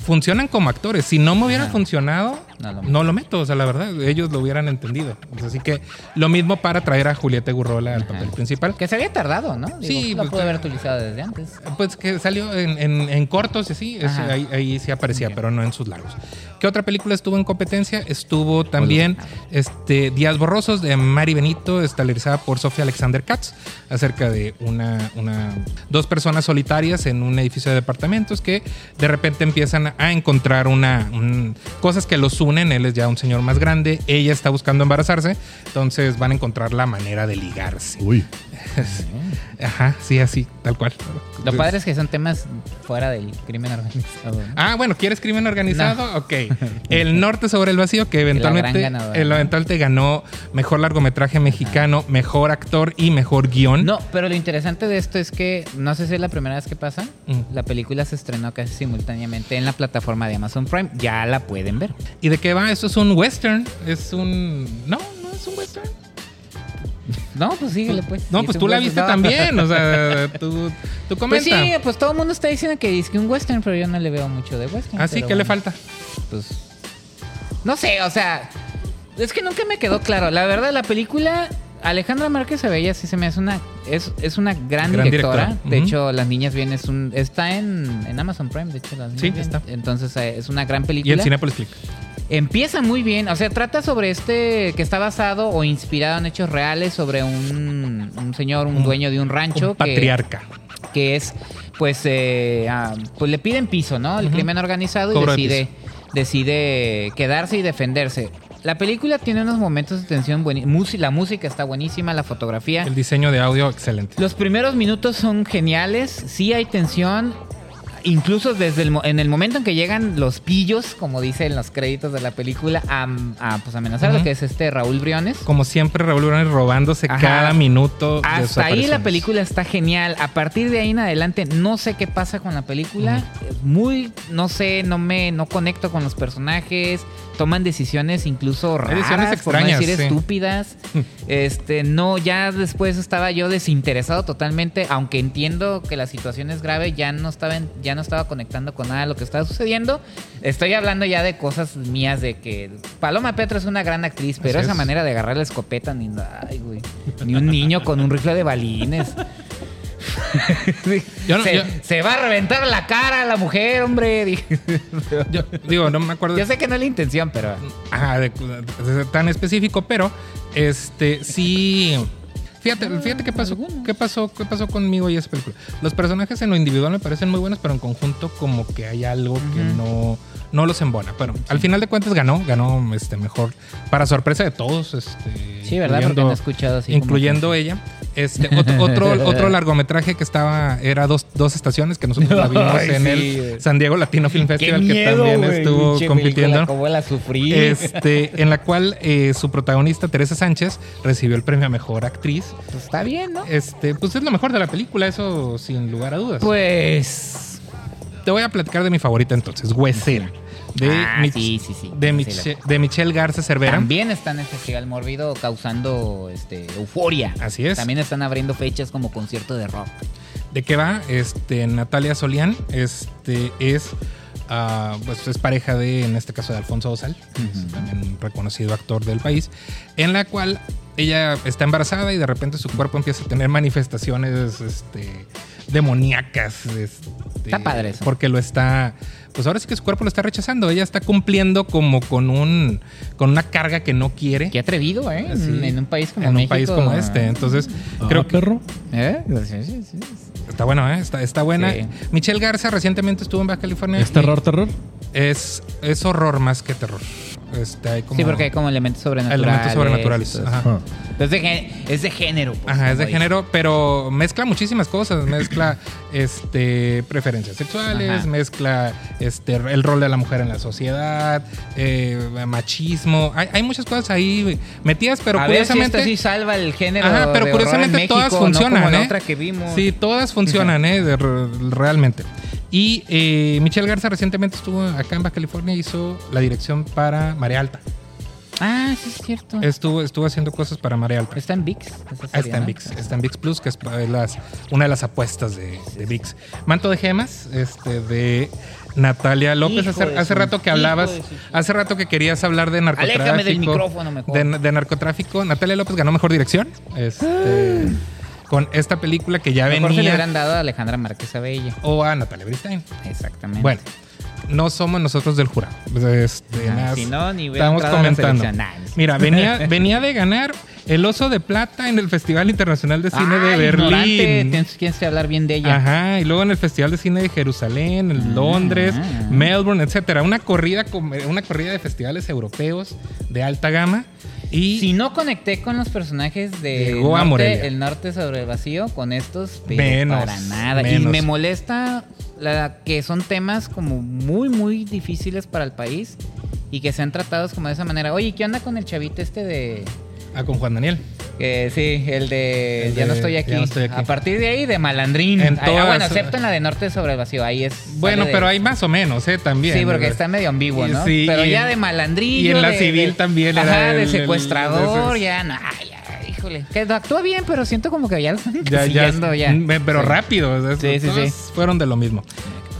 Speaker 1: funcionan como actores. Si no me hubiera funcionado,
Speaker 2: No
Speaker 1: no
Speaker 2: lo
Speaker 1: lo,
Speaker 2: meto.
Speaker 1: meto. O sea, la verdad, ellos lo hubieran entendido. Pues así que lo mismo para traer a Julieta Gurrola al papel principal.
Speaker 2: Que se había tardado, ¿no? Digo,
Speaker 1: Sí,
Speaker 2: lo
Speaker 1: pues,
Speaker 2: pudo haber
Speaker 1: eh,
Speaker 2: utilizado desde antes.
Speaker 1: Pues que salió en, en- en cortos y así, es-
Speaker 2: Ajá.
Speaker 1: ahí, ahí sí aparecía,
Speaker 2: Ok.
Speaker 1: pero no en sus largos. ¿Qué otra película estuvo en competencia? Estuvo también este, Días Borrosos de Mari Benito, estelarizada por Sofía Alexander Katz, acerca de una, una- dos personas solitarias en un edificio de departamentos que de repente empiezan a encontrar una, un- cosas que los unen. Él es ya un señor más grande, ella está buscando embarazarse, entonces van a encontrar la manera de ligarse.
Speaker 3: Uy,
Speaker 1: Ajá, sí, así, tal cual.
Speaker 2: Lo
Speaker 1: Pues-
Speaker 2: padre es que son temas fuera del crimen organizado. ¿no?
Speaker 1: Ah, bueno, ¿quieres crimen organizado? Ok. El Norte sobre el Vacío, que eventualmente,
Speaker 2: gran ganadora,
Speaker 1: el
Speaker 2: ¿no?
Speaker 1: eventualmente ganó mejor largometraje mexicano, mejor actor y mejor guión.
Speaker 2: No, pero lo interesante de esto es que no sé si es la primera vez que pasa.
Speaker 1: Mm.
Speaker 2: La película se estrenó casi simultáneamente en la plataforma de Amazon Prime. Ya la pueden ver.
Speaker 1: ¿Y de qué va? Esto es un western. Es un. No, no es un western.
Speaker 2: No, pues síguele, pues.
Speaker 1: No,
Speaker 2: Sí,
Speaker 1: pues
Speaker 2: es
Speaker 1: tú
Speaker 2: un
Speaker 1: la
Speaker 2: western.
Speaker 1: viste
Speaker 2: No.
Speaker 1: también. O sea, tú, tú
Speaker 2: Pues
Speaker 1: comenta.
Speaker 2: sí, pues todo el mundo está diciendo que dice que un western, pero yo no le veo mucho de western.
Speaker 1: Así
Speaker 2: pero
Speaker 1: que Ah, le
Speaker 2: bueno.
Speaker 1: falta.
Speaker 2: pues. No sé, o sea. Es que nunca me quedó claro. La verdad, la película. Alejandra Márquez Abella sí se me hace una. Es, es una gran,
Speaker 1: Gran
Speaker 2: directora.
Speaker 1: directora,
Speaker 2: De
Speaker 1: ujú.
Speaker 2: hecho, Las Niñas Bien es un. Está en, en Amazon Prime, de hecho, Las Niñas
Speaker 1: Sí,
Speaker 2: Bien.
Speaker 1: está.
Speaker 2: Entonces eh, es una gran
Speaker 1: Y
Speaker 2: película.
Speaker 1: el Cinepolis Click.
Speaker 2: Empieza muy bien, o sea, trata sobre este que está basado o inspirado en hechos reales sobre un, un señor, un,
Speaker 1: Un-
Speaker 2: dueño de un rancho.
Speaker 1: Un
Speaker 2: que-
Speaker 1: patriarca.
Speaker 2: que es, pues, eh, ah, pues le piden piso, ¿no? El
Speaker 1: Ujú.
Speaker 2: crimen organizado y
Speaker 1: Cobro de
Speaker 2: decide, decide quedarse y defenderse. La película tiene unos momentos de tensión buenísimos. La música está buenísima, la fotografía.
Speaker 1: El diseño de audio, excelente.
Speaker 2: Los primeros minutos son geniales, sí hay tensión. Incluso desde el, mo- en el momento en que llegan los pillos, como dicen los créditos de la película, a, a, pues, amenazar lo
Speaker 1: Ujú.
Speaker 2: que es este Raúl Briones.
Speaker 1: Como siempre, revoluciones robándose
Speaker 2: Ajá.
Speaker 1: cada minuto. de sus
Speaker 2: Hasta ahí la
Speaker 1: apariciones.
Speaker 2: película está genial. A partir de ahí en adelante no sé qué pasa con la película. Es Muy, no sé, no me, no conecto con los personajes. Toman decisiones incluso raras,
Speaker 1: Decisiones
Speaker 2: por no
Speaker 1: extrañas,
Speaker 2: decir
Speaker 1: sí.
Speaker 2: estúpidas. este, no, ya después estaba yo desinteresado totalmente. Aunque entiendo que la situación es grave, ya no estaba, en- ya no estaba conectando con nada de lo que estaba sucediendo. Estoy hablando ya de cosas mías de que Paloma Petro es una gran actriz, pero
Speaker 1: Así
Speaker 2: esa
Speaker 1: es.
Speaker 2: manera de agarrar la escopeta ni, ay, güey, ni un niño con un rifle de balines.
Speaker 1: Yo no-
Speaker 2: se,
Speaker 1: yo-
Speaker 2: se va a reventar la cara a la mujer, hombre. Dije,
Speaker 1: Yo, digo, no me acuerdo.
Speaker 2: Yo sé que no es la intención, pero
Speaker 1: Ajá, de- de- de- tan específico, pero este sí. Fíjate, fíjate qué pasó, qué pasó, qué pasó conmigo y esa película. Los personajes en lo individual me parecen muy buenos, pero en conjunto como que hay algo que no, no los embona. Pero al final de cuentas ganó, ganó este mejor para sorpresa de todos. Este,
Speaker 2: sí, ¿verdad? Porque
Speaker 1: incluyendo-
Speaker 2: no he escuchado así. como
Speaker 1: incluyendo ella. Este, ot- otro, otro largometraje que estaba, era dos, dos estaciones que nosotros la vimos
Speaker 2: Ay,
Speaker 1: en
Speaker 2: sí, güey.
Speaker 1: el San Diego Latino Film
Speaker 2: que-
Speaker 1: Festival,
Speaker 2: Qué
Speaker 1: que
Speaker 2: miedo,
Speaker 1: también
Speaker 2: güey,
Speaker 1: estuvo
Speaker 2: pinche película,
Speaker 1: compitiendo.
Speaker 2: ¿Cómo la sufrí?
Speaker 1: Este, en la cual eh, su protagonista, Teresa Sánchez, recibió el premio a mejor actriz.
Speaker 2: Pues está bien, ¿no?
Speaker 1: Este, pues es lo mejor de la película, eso sin lugar a dudas.
Speaker 2: Pues
Speaker 1: Te voy a platicar de mi favorita entonces, Huesera. de,
Speaker 2: Ah,
Speaker 1: Mich-
Speaker 2: sí, sí, sí.
Speaker 1: de,
Speaker 2: Sí,
Speaker 1: Miche-
Speaker 2: sí,
Speaker 1: de Michelle Garza Cervera.
Speaker 2: También está en el Festival Mórbido causando este, euforia.
Speaker 1: Así es. Eh.
Speaker 2: También están abriendo fechas como concierto de rock.
Speaker 1: ¿De qué va? Este, Natalia Solián este, es, ah, pues, es pareja de, en este caso, de Alfonso Osal,
Speaker 2: Ujú.
Speaker 1: también un reconocido actor del país, en la cual ella está embarazada y de repente su cuerpo empieza a tener manifestaciones este, demoníacas. este,
Speaker 2: Está padre eso.
Speaker 1: Porque lo está... Pues ahora sí que su cuerpo lo está rechazando. Ella está cumpliendo como con un con una carga que no quiere
Speaker 2: Qué atrevido, ¿eh?
Speaker 1: Sí.
Speaker 2: En- En un país como
Speaker 1: en un
Speaker 2: México.
Speaker 1: país como este. Entonces, creo que
Speaker 3: perro.
Speaker 2: ¿Eh? Sí, sí, sí.
Speaker 1: Está bueno, ¿eh? Está, está buena.
Speaker 2: Sí.
Speaker 1: Michelle Garza recientemente estuvo en Baja California.
Speaker 3: ¿Es
Speaker 1: y
Speaker 3: terror, terror?
Speaker 1: Es, es horror más que terror. Este, hay como
Speaker 2: Sí, porque hay como elementos sobrenaturales.
Speaker 1: elementos sobrenaturales.
Speaker 2: y todo eso.
Speaker 3: Ah.
Speaker 1: Ajá.
Speaker 2: Entonces, de gen- es de género. pues,
Speaker 1: Ajá, es
Speaker 2: como
Speaker 1: de
Speaker 2: dicen.
Speaker 1: género, pero mezcla muchísimas cosas. Mezcla este preferencias sexuales,
Speaker 2: Ajá.
Speaker 1: mezcla este el rol de la mujer en la sociedad, eh, machismo. Hay, hay muchas cosas ahí metidas, pero
Speaker 2: a
Speaker 1: curiosamente.
Speaker 2: ver si esta sí salva el género.
Speaker 1: Ajá, pero
Speaker 2: de horror
Speaker 1: curiosamente
Speaker 2: en México,
Speaker 1: todas
Speaker 2: no
Speaker 1: funcionan,
Speaker 2: como la
Speaker 1: ¿eh?
Speaker 2: otra que vimos.
Speaker 1: Sí, todas funcionan, ¿eh? De- re- realmente. Y eh, Michelle Garza recientemente estuvo acá en Baja California, hizo la dirección para Marea Alta.
Speaker 2: Ah, sí, es cierto.
Speaker 1: Estuvo, estuvo haciendo cosas para Marea Alta.
Speaker 2: Está ¿eh? en VIX. esa
Speaker 1: Ah,
Speaker 2: serie,
Speaker 1: Está en
Speaker 2: ¿no?
Speaker 1: VIX, está en VIX Plus, que es pa- las- una de las apuestas de, de VIX. Manto de gemas, este, de Natalia López.
Speaker 2: Hijo
Speaker 1: Hace,
Speaker 2: de
Speaker 1: hace
Speaker 2: su-
Speaker 1: rato que hablabas,
Speaker 2: hijo de su-
Speaker 1: hace rato que querías hablar de narcotráfico.
Speaker 2: Aléjame del micrófono mejor.
Speaker 1: De, de narcotráfico. Natalia López ganó mejor dirección. Este, con esta película que ya
Speaker 2: Ah. Mejor se le
Speaker 1: venía.
Speaker 2: hubieran dado a Alejandra Márquez Abella.
Speaker 1: O a Natalia Bristein.
Speaker 2: Exactamente.
Speaker 1: Bueno, no somos nosotros del jurado. Este,
Speaker 2: Ah,
Speaker 1: nada-
Speaker 2: si no, ni hubiera
Speaker 1: estamos
Speaker 2: entrado a la
Speaker 1: comentando.
Speaker 2: selección. Nah, no es
Speaker 1: Mira, venía, venía de ganar el oso de plata en el Festival Internacional de Cine
Speaker 2: Ah,
Speaker 1: de
Speaker 2: ignorante,
Speaker 1: Berlín.
Speaker 2: Tienes, tienes que Ah. hablar bien de ella.
Speaker 1: Ajá, y luego en el Festival de Cine de Jerusalén, en Londres, Melbourne, etcétera. Una corrida, com- eh, una corrida de festivales europeos de alta gama. Y
Speaker 2: Si no conecté con los personajes de
Speaker 1: Llegó a
Speaker 2: norte-
Speaker 1: Morelia.
Speaker 2: El Norte sobre el Vacío, con estos, pero
Speaker 1: Menos,
Speaker 2: para nada. Y
Speaker 1: menos.
Speaker 2: me molesta la, que son temas como muy, muy difíciles para el país y que sean tratados como de esa manera. Oye, ¿qué onda con el chavito este de...?
Speaker 1: ah, con Juan Daniel.
Speaker 2: que sí, el de,
Speaker 1: El
Speaker 2: ya, no
Speaker 1: de
Speaker 2: estoy aquí.
Speaker 1: Ya no estoy aquí.
Speaker 2: A partir de ahí, de Malandrín.
Speaker 1: En
Speaker 2: Ah,
Speaker 1: todas-
Speaker 2: bueno, excepto en la de Norte sobre el Vacío. Ahí es...
Speaker 1: Bueno,
Speaker 2: sale de-
Speaker 1: pero hay más o menos, ¿eh? También.
Speaker 2: Sí, porque
Speaker 1: ¿verdad?
Speaker 2: está medio ambiguo, ¿no?
Speaker 1: Sí,
Speaker 2: Pero
Speaker 1: y
Speaker 2: ya
Speaker 1: en-
Speaker 2: de malandrillo.
Speaker 1: y en la
Speaker 2: de-
Speaker 1: civil
Speaker 2: de-
Speaker 1: también era
Speaker 2: Ajá,
Speaker 1: el-
Speaker 2: de
Speaker 1: el-
Speaker 2: secuestrador,
Speaker 1: el-
Speaker 2: ya, no, ay, ya, híjole. Que actúa bien, pero siento como que ya lo están
Speaker 1: ya, ya,
Speaker 2: encasillando ya.
Speaker 1: me- Pero
Speaker 2: Sí.
Speaker 1: rápido. o sea,
Speaker 2: Sí, sí,
Speaker 1: todas
Speaker 2: sí.
Speaker 1: Fueron de lo mismo.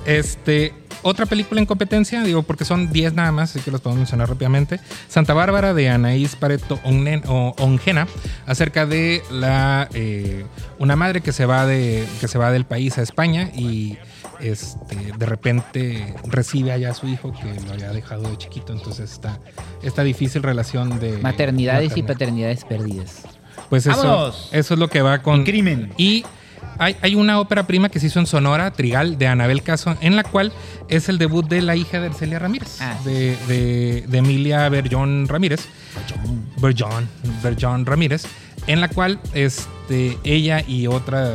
Speaker 1: Este. Otra película en competencia, digo, porque son 10 nada más, así que los podemos mencionar rápidamente. Santa Bárbara de Anaís Pareto Onnen- o- Ongena, acerca de la eh, una madre que se va de que se va del país a España y este, de repente recibe allá a su hijo que lo había dejado de chiquito, entonces está esta difícil relación de
Speaker 2: Maternidades y
Speaker 1: maternidad.
Speaker 2: paternidades perdidas.
Speaker 1: Pues eso,
Speaker 2: ¡Vámonos!
Speaker 1: eso es lo que va con.
Speaker 2: El crimen.
Speaker 1: Y hay, hay una ópera prima que se hizo en Sonora, Trigal, de Anabel Caso, en la cual es el debut de la hija de Celia Ramírez,
Speaker 2: Ah, sí.
Speaker 1: de, de- de Emilia Berjón Ramírez. Berjón. Berjón Ramírez, en la cual este, ella y otra,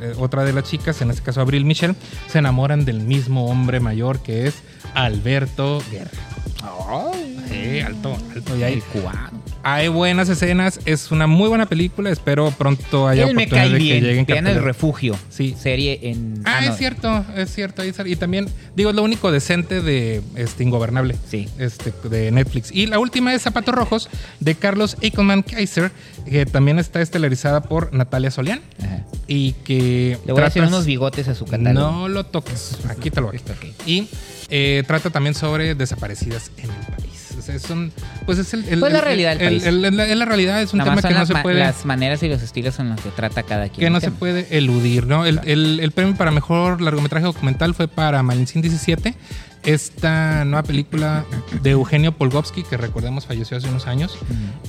Speaker 1: eh, otra de las chicas, en este caso Abril Michel, se enamoran del mismo hombre mayor que es Alberto Guerra. Sí, alto, alto. Y hay,
Speaker 2: El cubano.
Speaker 1: hay buenas escenas, es una muy buena película, espero pronto haya
Speaker 2: Él me
Speaker 1: oportunidad
Speaker 2: cae
Speaker 1: de que lleguen
Speaker 2: bien. Vean el refugio.
Speaker 1: Sí.
Speaker 2: Serie en.
Speaker 1: Ah,
Speaker 2: no.
Speaker 1: es cierto, es cierto. ahí sale. Y también, digo, es lo único decente de este Ingobernable.
Speaker 2: Sí.
Speaker 1: Este, de Netflix. Y la última es Zapatos Rojos, de Carlos Eichelman Kaiser, que también está estelarizada por Natalia Solián.
Speaker 2: Ajá.
Speaker 1: Y que.
Speaker 2: Le voy a hacer
Speaker 1: tratas-
Speaker 2: unos bigotes a su catálogo.
Speaker 1: No lo toques. Aquí te lo voy a quitar.
Speaker 2: Ok.
Speaker 1: Y eh, trata también sobre desaparecidas en el país. O sea, son, pues es el, el-
Speaker 2: Pues la
Speaker 1: el-
Speaker 2: realidad del
Speaker 1: el-
Speaker 2: país.
Speaker 1: el- el- la- la realidad es un
Speaker 2: Nada
Speaker 1: tema
Speaker 2: más son
Speaker 1: que no
Speaker 2: las,
Speaker 1: se
Speaker 2: ma-
Speaker 1: puede
Speaker 2: las maneras y los estilos en los que trata cada quien.
Speaker 1: que
Speaker 2: el
Speaker 1: no se
Speaker 2: tema.
Speaker 1: puede eludir, ¿no? El, el- el premio para mejor largometraje documental fue para Malinchín 17, esta nueva película de Eugenio Polgovsky, que recordemos falleció hace unos años,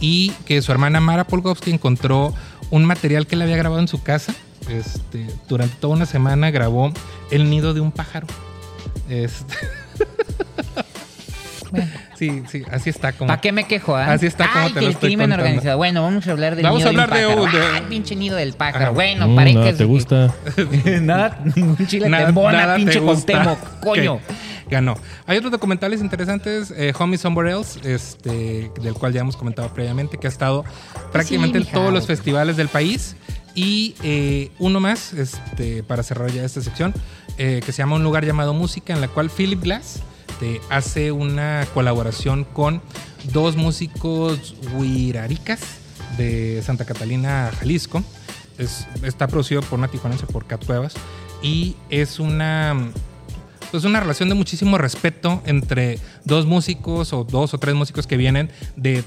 Speaker 1: y que su hermana Mara Polgovsky encontró un material que él había grabado en su casa. Este, durante toda una semana grabó El nido de un pájaro. Este- Sí, sí, así está como.
Speaker 2: ¿Para qué me quejo? ah?
Speaker 1: Así está como
Speaker 2: Ay,
Speaker 1: te
Speaker 2: que
Speaker 1: lo
Speaker 2: el
Speaker 1: estoy
Speaker 2: crimen
Speaker 1: contando.
Speaker 2: organizado. Bueno, vamos a hablar del
Speaker 1: Vamos
Speaker 2: nido
Speaker 1: a hablar
Speaker 2: del
Speaker 1: de-
Speaker 2: pájaro.
Speaker 1: de-
Speaker 2: Ay, pinche nido del pájaro.
Speaker 1: Ajá.
Speaker 2: Bueno,
Speaker 3: Mm,
Speaker 2: parece
Speaker 3: nada, ¿te gusta?
Speaker 2: nada, un chile
Speaker 1: Nada-
Speaker 2: te embona,
Speaker 1: nada te
Speaker 2: pinche
Speaker 1: gusta.
Speaker 2: Cuauhtémoc, coño.
Speaker 1: Ok, Ganó. Hay otros documentales interesantes, eh, Homie Somewhere Else, este, del cual ya hemos comentado previamente, que ha estado prácticamente en
Speaker 2: mija,
Speaker 1: todos los
Speaker 2: güey.
Speaker 1: festivales del país. Y eh, uno más, este, para cerrar ya esta sección, eh, que se llama Un lugar llamado Música, en la cual Philip Glass este, hace una colaboración con dos músicos huiraricas de Santa Catalina, Jalisco. Es- está producido por una tijuanense, por Cat Cuevas. Y es una pues una relación de muchísimo respeto entre dos músicos o dos o tres músicos que vienen de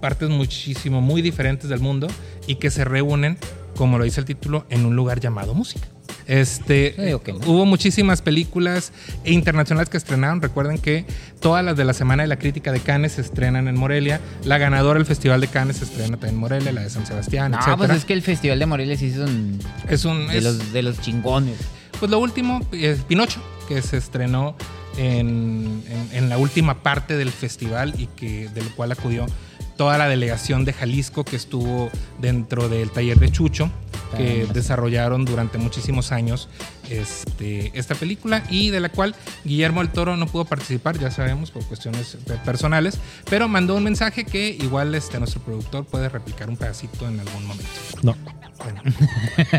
Speaker 1: partes muchísimo muy diferentes del mundo y que se reúnen, como lo dice el título, en un lugar llamado música. Este,
Speaker 2: Yo digo que no.
Speaker 1: Hubo muchísimas películas internacionales que estrenaron. Recuerden que todas las de la Semana de la Crítica de Cannes se estrenan en Morelia. La ganadora del Festival de Cannes se estrena también en Morelia, la de San Sebastián,
Speaker 2: No,
Speaker 1: etcétera.
Speaker 2: pues es que el Festival de Morelia sí son
Speaker 1: Es un...
Speaker 2: de
Speaker 1: es-
Speaker 2: los, de los chingones.
Speaker 1: pues lo último es Pinocho, que se estrenó en, en- en la última parte del festival y que del cual acudió toda la delegación de Jalisco que estuvo dentro del taller de Chucho, que desarrollaron durante muchísimos años este, esta película y de la cual Guillermo del Toro no pudo participar, ya sabemos, por cuestiones pe- personales, pero mandó un mensaje que igual este, nuestro productor puede replicar un pedacito en algún momento.
Speaker 3: No.
Speaker 1: Bueno,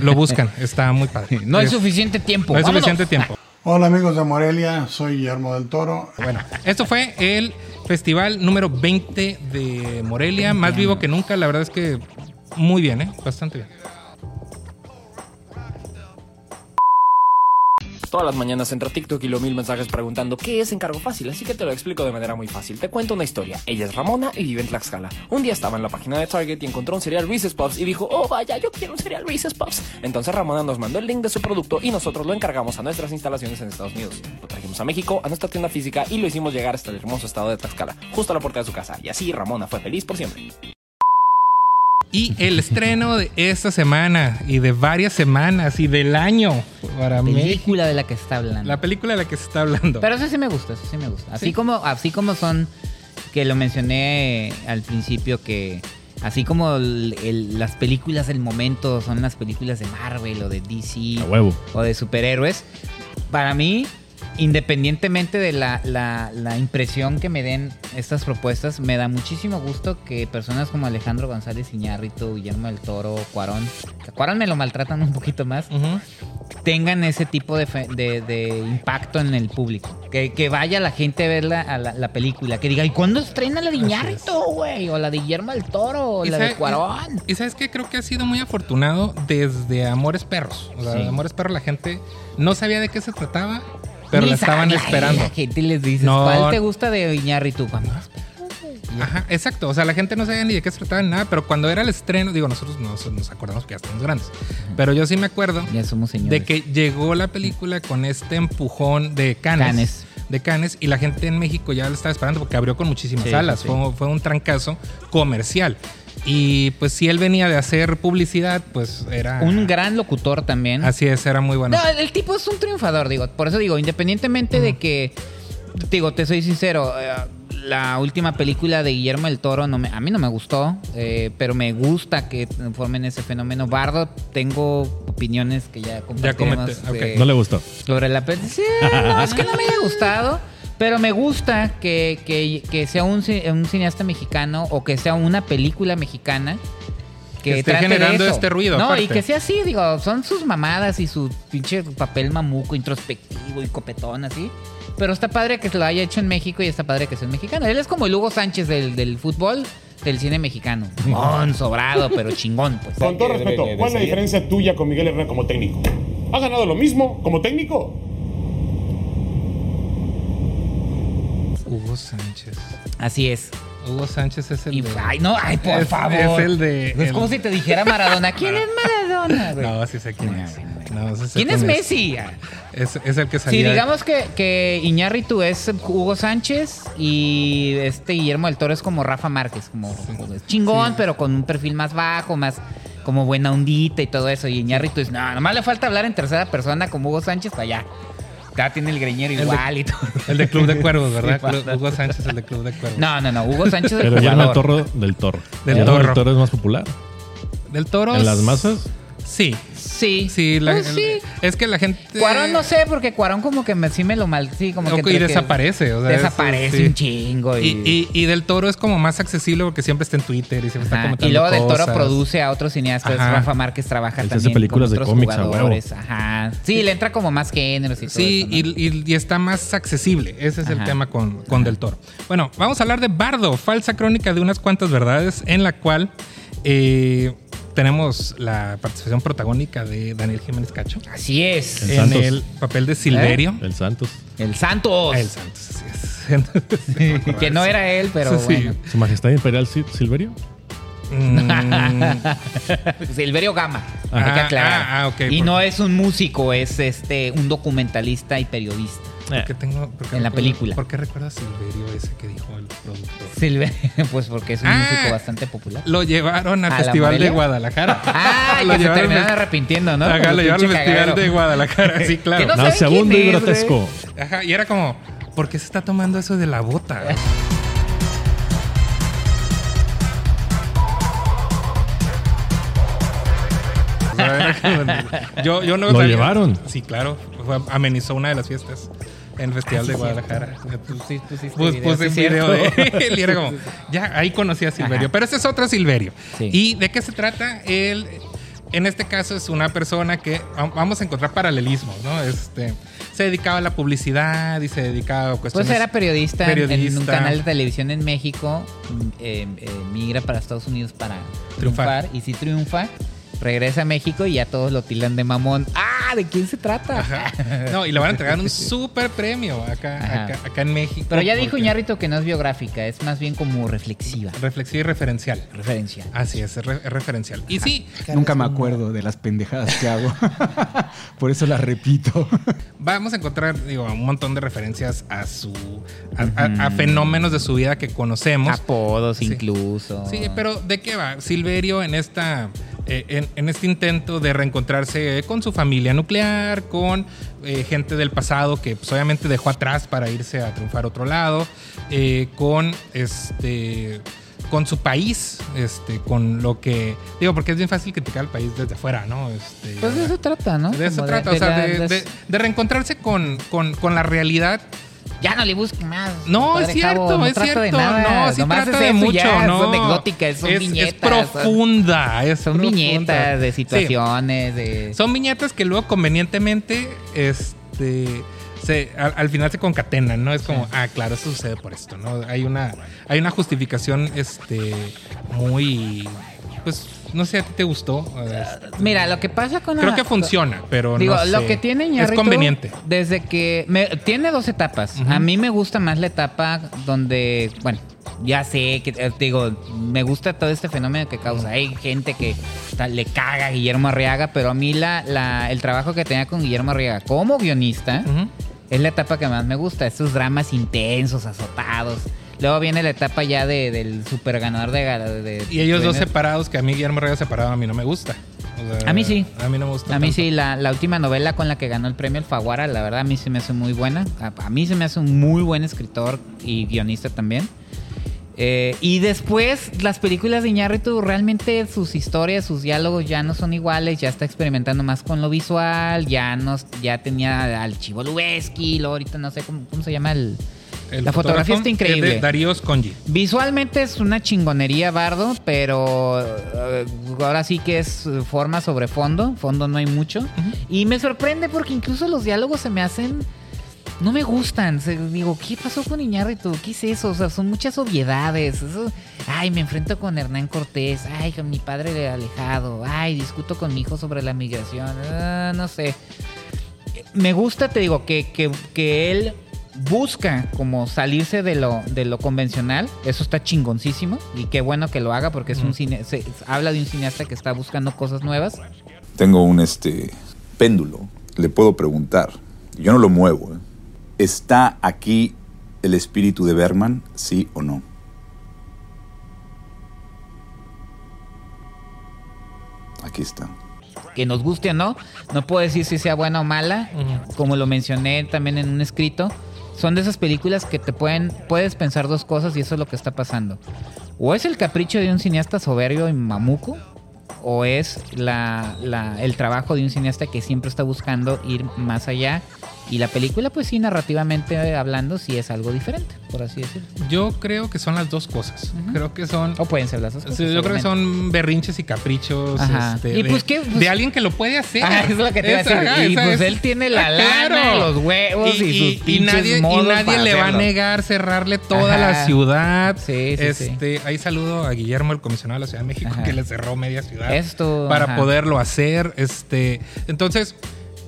Speaker 1: lo buscan, está muy padre. Este,
Speaker 2: No hay
Speaker 1: Es-
Speaker 2: suficiente tiempo.
Speaker 1: no hay
Speaker 2: vámonos.
Speaker 1: suficiente tiempo.
Speaker 8: Hola amigos de Morelia, soy Guillermo del Toro.
Speaker 1: Bueno, esto fue el festival número 20 de Morelia, más vivo que nunca. La verdad es que muy bien, ¿eh? Bastante bien.
Speaker 9: Todas las mañanas entra TikTok y lo mil mensajes preguntando qué es encargo fácil, así que te lo explico de manera muy fácil. Te cuento una historia. Ella es Ramona y vive en Tlaxcala. Un día estaba en la página de Target y encontró un cereal Reese's Puffs y dijo, oh vaya, yo quiero un cereal Reese's Puffs. Entonces Ramona nos mandó el link de su producto y nosotros lo encargamos a nuestras instalaciones en Estados Unidos. Lo trajimos a México, a nuestra tienda física y lo hicimos llegar hasta el hermoso estado de Tlaxcala, justo a la puerta de su casa. Y así Ramona fue feliz por siempre.
Speaker 1: Y el estreno de esta semana y de varias semanas y del año para mí.
Speaker 2: Película de la que está hablando.
Speaker 1: La película de la que se está hablando.
Speaker 2: Pero eso sí me gusta, eso sí me gusta. Así como, así como son, que lo mencioné al principio que así como el- el- las películas del momento son las películas de Marvel o de DC
Speaker 3: A huevo.
Speaker 2: o de superhéroes, para mí, independientemente de la, la- la impresión que me den estas propuestas, me da muchísimo gusto que personas como Alejandro González Iñárritu, Guillermo del Toro, Cuarón, que a Cuarón me lo maltratan un poquito más,
Speaker 1: Ujú.
Speaker 2: tengan ese tipo de, fe- de- de impacto en el público. Que, que vaya la gente a ver la, a la- la película. Que diga, ¿y cuándo estrena la de Iñárritu, güey? O la de Guillermo del Toro, o
Speaker 1: Y
Speaker 2: la de
Speaker 1: sabe-
Speaker 2: Cuarón.
Speaker 1: Y sabes que creo que ha sido muy afortunado desde Amores Perros. O sea,
Speaker 2: Sí.
Speaker 1: Amores Perros la gente no sabía de qué se trataba, pero
Speaker 2: Ni
Speaker 1: la estaban
Speaker 2: sabe,
Speaker 1: esperando.
Speaker 2: La gente les dice,
Speaker 1: No.
Speaker 2: ¿cuál te gusta de Iñárritu? Cuando pues,
Speaker 1: Ajá, exacto. O sea, la gente no sabía ni de qué se trataba ni nada, pero cuando era el estreno, digo, nosotros no se- nos acordamos que ya estamos grandes. Pero yo sí me acuerdo
Speaker 2: ya somos señores.
Speaker 1: de que llegó la película con este empujón de Canes.
Speaker 2: Cannes.
Speaker 1: De Canes, y la gente en México ya la estaba esperando porque abrió con muchísimas
Speaker 2: Sí,
Speaker 1: salas.
Speaker 2: sí, sí.
Speaker 1: Fue, fue un trancazo comercial. Y pues si él venía de hacer publicidad, pues era.
Speaker 2: Un gran locutor también.
Speaker 1: Así es, era muy bueno.
Speaker 2: No, el tipo es un triunfador, digo. Por eso digo, independientemente de que. Digo, te soy sincero. eh, la última película de Guillermo el Toro no me- a mí no me gustó, eh, pero me gusta que formen ese fenómeno. Bardo, tengo opiniones que ya compartimos.
Speaker 1: comenté, ok.
Speaker 2: eh,
Speaker 3: No le gustó.
Speaker 2: sobre la peli. Sí, no, es que no me haya gustado. Pero me gusta que, que- que sea un, ci- un cineasta mexicano o que sea una película mexicana. Que,
Speaker 1: Que esté
Speaker 2: trate de
Speaker 1: generando
Speaker 2: eso.
Speaker 1: este ruido,
Speaker 2: No, y
Speaker 1: aparte.
Speaker 2: que sea así, digo, son sus mamadas y su pinche papel mamuco, introspectivo y copetón, así. Pero está padre que se lo haya hecho en México y está padre que sea un mexicano. Él es como el Hugo Sánchez del, del fútbol, del cine mexicano. Mon, sobrado, pero chingón, pues.
Speaker 10: Con todo respeto, ¿cuál es la diferencia tuya con Miguel Herrera como técnico? ¿Ha ganado lo mismo como técnico?
Speaker 1: Hugo Sánchez.
Speaker 2: Así es.
Speaker 1: Hugo Sánchez es el.
Speaker 2: Y-
Speaker 1: de-
Speaker 2: ay, no, ay, por
Speaker 1: Es-
Speaker 2: favor.
Speaker 1: es el de-
Speaker 2: Es
Speaker 1: el-
Speaker 2: como si te dijera Maradona. ¿Quién es Maradona? güey?
Speaker 1: No, sí sé quién es. No, sí sé
Speaker 2: ¿Quién es Messi?
Speaker 1: Es, es el que
Speaker 2: Si
Speaker 1: salía.
Speaker 2: digamos que, que Iñárritu es Hugo Sánchez y este Guillermo del Toro es como Rafa Márquez, como como chingón, pero con un perfil más bajo, más como buena ondita y todo eso. Y Iñárritu es, no, nomás le falta hablar en tercera persona como Hugo Sánchez para allá. Ya tiene el greñero
Speaker 1: de-
Speaker 2: igual y todo.
Speaker 1: El de Club de Cuervos, ¿verdad?
Speaker 2: Sí, bastante.
Speaker 1: Hugo Sánchez, el de Club de Cuervos.
Speaker 2: No, no, no, Hugo Sánchez es el
Speaker 3: Pero Guillermo del
Speaker 2: jugador.
Speaker 3: Toro del Toro.
Speaker 1: Del
Speaker 3: Guillermo del
Speaker 1: Toro.
Speaker 3: Toro es más popular.
Speaker 1: Del Toro.
Speaker 3: En las masas,
Speaker 1: Sí.
Speaker 2: Sí.
Speaker 1: Sí, la-
Speaker 2: Pues sí.
Speaker 1: es que la gente.
Speaker 2: Cuarón no sé, porque Cuarón como que me, sí me lo mal... Sí, como que...
Speaker 1: y
Speaker 2: entre que-
Speaker 1: desaparece. o sea, es-
Speaker 2: desaparece
Speaker 1: sí.
Speaker 2: un chingo. Y,
Speaker 1: Y, y- y del toro es como más accesible porque siempre está en Twitter y siempre está
Speaker 2: Ajá,
Speaker 1: comentando
Speaker 2: y luego del Toro
Speaker 1: cosas.
Speaker 2: produce a otros cineastas.
Speaker 1: Ajá.
Speaker 2: Rafa Márquez trabaja
Speaker 1: Él se hace
Speaker 2: también
Speaker 1: películas de
Speaker 2: con otros
Speaker 1: cómics, a huevo.
Speaker 2: jugadores. Ajá. Sí, le entra como más géneros y todo
Speaker 1: Sí,
Speaker 2: eso, ¿no?
Speaker 1: y, y- y está más accesible. Ese es el
Speaker 2: Ajá.
Speaker 1: tema con, con Del Toro. Bueno, vamos a hablar de Bardo, falsa crónica de unas cuantas verdades, en la cual eh, tenemos la participación protagónica de Daniel Jiménez Cacho.
Speaker 2: Así es.
Speaker 1: En
Speaker 3: El Santos.
Speaker 1: el papel de Silverio.
Speaker 2: ¿Eh?
Speaker 3: El Santos.
Speaker 2: El Santos.
Speaker 1: El Santos, así es. Entonces, me acordaba
Speaker 2: Pues, que no
Speaker 1: de eso.
Speaker 2: era él, pero
Speaker 1: Sí.
Speaker 2: bueno.
Speaker 3: Su Majestad Imperial Sil- Silverio.
Speaker 1: Mm,
Speaker 2: pues Silverio Gama.
Speaker 1: Ah,
Speaker 2: hay que aclarar.
Speaker 1: ah, ah, ok,
Speaker 2: y
Speaker 1: por-
Speaker 2: no es un músico, es este un documentalista y periodista.
Speaker 3: Eh,
Speaker 1: ¿por qué tengo, por qué
Speaker 2: En la
Speaker 1: recuerdo-
Speaker 2: película.
Speaker 1: ¿Por qué recuerdo a Silverio ese que dijo el productor?
Speaker 2: Silverio, pues porque es un
Speaker 1: Ah.
Speaker 2: músico bastante popular.
Speaker 1: Lo llevaron al
Speaker 2: ¿A la
Speaker 1: Festival de
Speaker 2: Morelia?
Speaker 1: Guadalajara.
Speaker 2: Ah, y
Speaker 1: Lo
Speaker 2: que se
Speaker 1: llevaron
Speaker 2: terminaron
Speaker 1: al-
Speaker 2: arrepintiendo, ¿no?
Speaker 1: Ajá,
Speaker 2: Por
Speaker 1: lo
Speaker 2: el
Speaker 1: llevaron al
Speaker 2: pinche
Speaker 1: Festival
Speaker 2: cagadero.
Speaker 1: de Guadalajara, sí, claro.
Speaker 2: Que no saben quién
Speaker 3: Nauseabundo y
Speaker 2: es, ¿eh? güey.
Speaker 3: grotesco.
Speaker 1: Ajá, y era como, ¿por qué se está tomando eso de la bota? güey? O sea, era como- yo, yo no
Speaker 3: ¿Lo llevaron?
Speaker 1: Sí, claro. Fue- amenizó una de las fiestas en el Festival de Guadalajara.
Speaker 2: Tú sí pusiste
Speaker 1: Pues
Speaker 2: video,
Speaker 1: puse
Speaker 2: sí,
Speaker 1: un video de
Speaker 2: cierto.
Speaker 1: él y era como, ya, ahí conocí a Silverio.
Speaker 2: Ajá.
Speaker 1: Pero ese es otro Silverio.
Speaker 2: Sí.
Speaker 1: ¿Y de qué se trata? Él, en este caso, es una persona que va- vamos a encontrar paralelismos, ¿no? Este, se dedicaba a la publicidad y se dedicaba a cuestiones.
Speaker 2: Pues era periodista, en- en un
Speaker 1: Periodista.
Speaker 2: canal de televisión en México, mm, eh, eh, migra para Estados Unidos para
Speaker 1: Triunfar.
Speaker 2: triunfar. y si triunfa, regresa a México y ya todos lo tilan de mamón. ¡Ah! ¿De quién se trata?
Speaker 1: Ajá. No, y le van a entregar un super premio acá,
Speaker 2: Ajá.
Speaker 1: acá, acá en México.
Speaker 2: Pero ya dijo
Speaker 1: porque-
Speaker 2: Iñárritu que no es biográfica, es más bien como reflexiva.
Speaker 1: Reflexiva y referencial.
Speaker 2: Referencia.
Speaker 1: Así es, es re- es referencial. Y sí,
Speaker 11: Nunca me acuerdo de las pendejadas que hago. Por eso las repito.
Speaker 1: vamos a encontrar digo, un montón de referencias a su a, a- a fenómenos de su vida que conocemos.
Speaker 2: Apodos
Speaker 1: Sí.
Speaker 2: incluso.
Speaker 1: Sí, pero ¿de qué va? Silverio en esta eh, en, en este intento de reencontrarse con su familia nuclear, con eh, gente del pasado que pues, obviamente dejó atrás para irse a triunfar a otro lado, eh, con este con su país, este, con lo que digo, porque es bien fácil criticar al país desde afuera, ¿no? Este,
Speaker 2: Pues de eso trata, ¿no?
Speaker 1: de eso
Speaker 2: Como
Speaker 1: trata, o sea,
Speaker 2: la-
Speaker 1: de,
Speaker 2: las-
Speaker 1: de- de reencontrarse con, con- con la realidad.
Speaker 2: Ya no le busquen más.
Speaker 1: No, es
Speaker 2: compadre Javo,
Speaker 1: cierto,
Speaker 2: no
Speaker 1: es
Speaker 2: trata
Speaker 1: cierto.
Speaker 2: De nada.
Speaker 1: No, sí
Speaker 2: Nomás
Speaker 1: trata
Speaker 2: es
Speaker 1: de
Speaker 2: eso y
Speaker 1: mucho,
Speaker 2: ya,
Speaker 1: ¿no.
Speaker 2: Son anecdóticas, son
Speaker 1: es,
Speaker 2: viñetas.
Speaker 1: Es profunda, es
Speaker 2: Son
Speaker 1: profunda.
Speaker 2: viñetas de
Speaker 1: Sí,
Speaker 2: situaciones, de...
Speaker 1: son viñetas que luego convenientemente, este, se, al, al final se concatenan, ¿no? Es como, ah, claro, eso sucede por esto, ¿no? Hay una, hay una justificación, este, muy, pues, no sé, a ti te gustó. Este,
Speaker 2: Mira, lo que pasa con...
Speaker 1: Creo
Speaker 2: la-
Speaker 1: que funciona, pero
Speaker 2: Ah, Digo,
Speaker 1: no sé.
Speaker 2: lo que tiene
Speaker 1: Es
Speaker 2: Iñárritu,
Speaker 1: conveniente.
Speaker 2: Desde que... me- tiene dos etapas.
Speaker 1: Ujú.
Speaker 2: A mí me gusta más la etapa donde, bueno, ya sé que, eh, te digo, me gusta todo este fenómeno que causa. Hay gente que ta- le caga a Guillermo Arriaga, pero a mí la, la- el trabajo que tenía con Guillermo Arriaga como guionista...
Speaker 1: Ujú.
Speaker 2: Es la etapa que más me gusta, estos dramas intensos, azotados. Luego viene la etapa ya de- del super ganador de, gala- de-
Speaker 1: Y ellos dos
Speaker 2: de-
Speaker 1: separados, que a mí Guillermo Reyes separado a mí no me gusta. O sea,
Speaker 2: A mí sí.
Speaker 1: A mí no me gusta.
Speaker 2: A mí
Speaker 1: tanto.
Speaker 2: sí, la, la última novela con la que ganó el premio Alfaguara, la verdad a mí se me hace muy buena. A, a mí se me hace un muy buen escritor y guionista también. Eh, y después, las películas de Iñárritu, realmente sus historias, sus diálogos ya no son iguales, ya está experimentando más con lo visual, ya no, ya tenía al Chivo Lubeski, luego ahorita no sé cómo, cómo se llama el...
Speaker 1: El
Speaker 2: la fotografía
Speaker 1: fotógrafo
Speaker 2: está
Speaker 1: es de
Speaker 2: increíble.
Speaker 1: Darío Scongi.
Speaker 2: Visualmente es una chingonería, Bardo, pero eh, ahora sí que es eh, forma sobre fondo. Fondo no hay mucho. Y me sorprende porque incluso los diálogos se me hacen. No me gustan. Se- digo, ¿qué pasó con Iñárritu? ¿Qué es eso? O sea, son muchas obviedades. Eso- ay, me enfrento con Hernán Cortés. Ay, con mi padre de alejado. Ay, discuto con mi hijo sobre la migración. Ah, no sé me gusta, te digo, que, que- que él busca como salirse de lo, de lo convencional. Eso está chingoncísimo. Y qué bueno que lo haga porque es un cine, se- habla de un cineasta que está buscando cosas nuevas.
Speaker 12: Tengo un este péndulo, le puedo preguntar. Yo no lo muevo. ¿eh? ¿Está aquí el espíritu de Bergman, sí o no? Aquí está.
Speaker 2: que nos guste o no. No puedo decir si sea buena o mala. Como lo mencioné también en un escrito. Son de esas películas que te pueden, puedes pensar dos cosas y eso es lo que está pasando. O es el capricho de un cineasta soberbio y mamuco, o es la- la- el trabajo de un cineasta que siempre está buscando ir más allá. Y la película, pues sí, narrativamente hablando, sí es algo diferente, por así decirlo.
Speaker 1: Yo creo que son las dos cosas. Creo que son.
Speaker 2: O pueden ser las dos
Speaker 1: Sí,
Speaker 2: cosas,
Speaker 1: yo creo que
Speaker 2: Oh, pues, obviamente.
Speaker 1: son berrinches y caprichos.
Speaker 2: Ajá.
Speaker 1: este,
Speaker 2: ¿Y
Speaker 1: de,
Speaker 2: pues qué? Pues-
Speaker 1: de alguien que lo puede hacer.
Speaker 2: Ah, es lo que te iba a
Speaker 1: Esa,
Speaker 2: decir.
Speaker 1: ajá,
Speaker 2: Y,
Speaker 1: esa es-
Speaker 2: pues, él tiene la
Speaker 1: Ah,
Speaker 2: lana, los huevos y sus pinches
Speaker 1: nadie,
Speaker 2: modos
Speaker 1: Y nadie
Speaker 2: para
Speaker 1: le va a
Speaker 2: hacerlo.
Speaker 1: negar cerrarle toda
Speaker 2: Ajá.
Speaker 1: la ciudad.
Speaker 2: Sí, sí, sí.
Speaker 1: este, Ahí saludo a Guillermo, el comisionado de la Ciudad de México, que le cerró media ciudad
Speaker 2: Esto,
Speaker 1: para
Speaker 2: ajá.
Speaker 1: poderlo hacer. Este, entonces,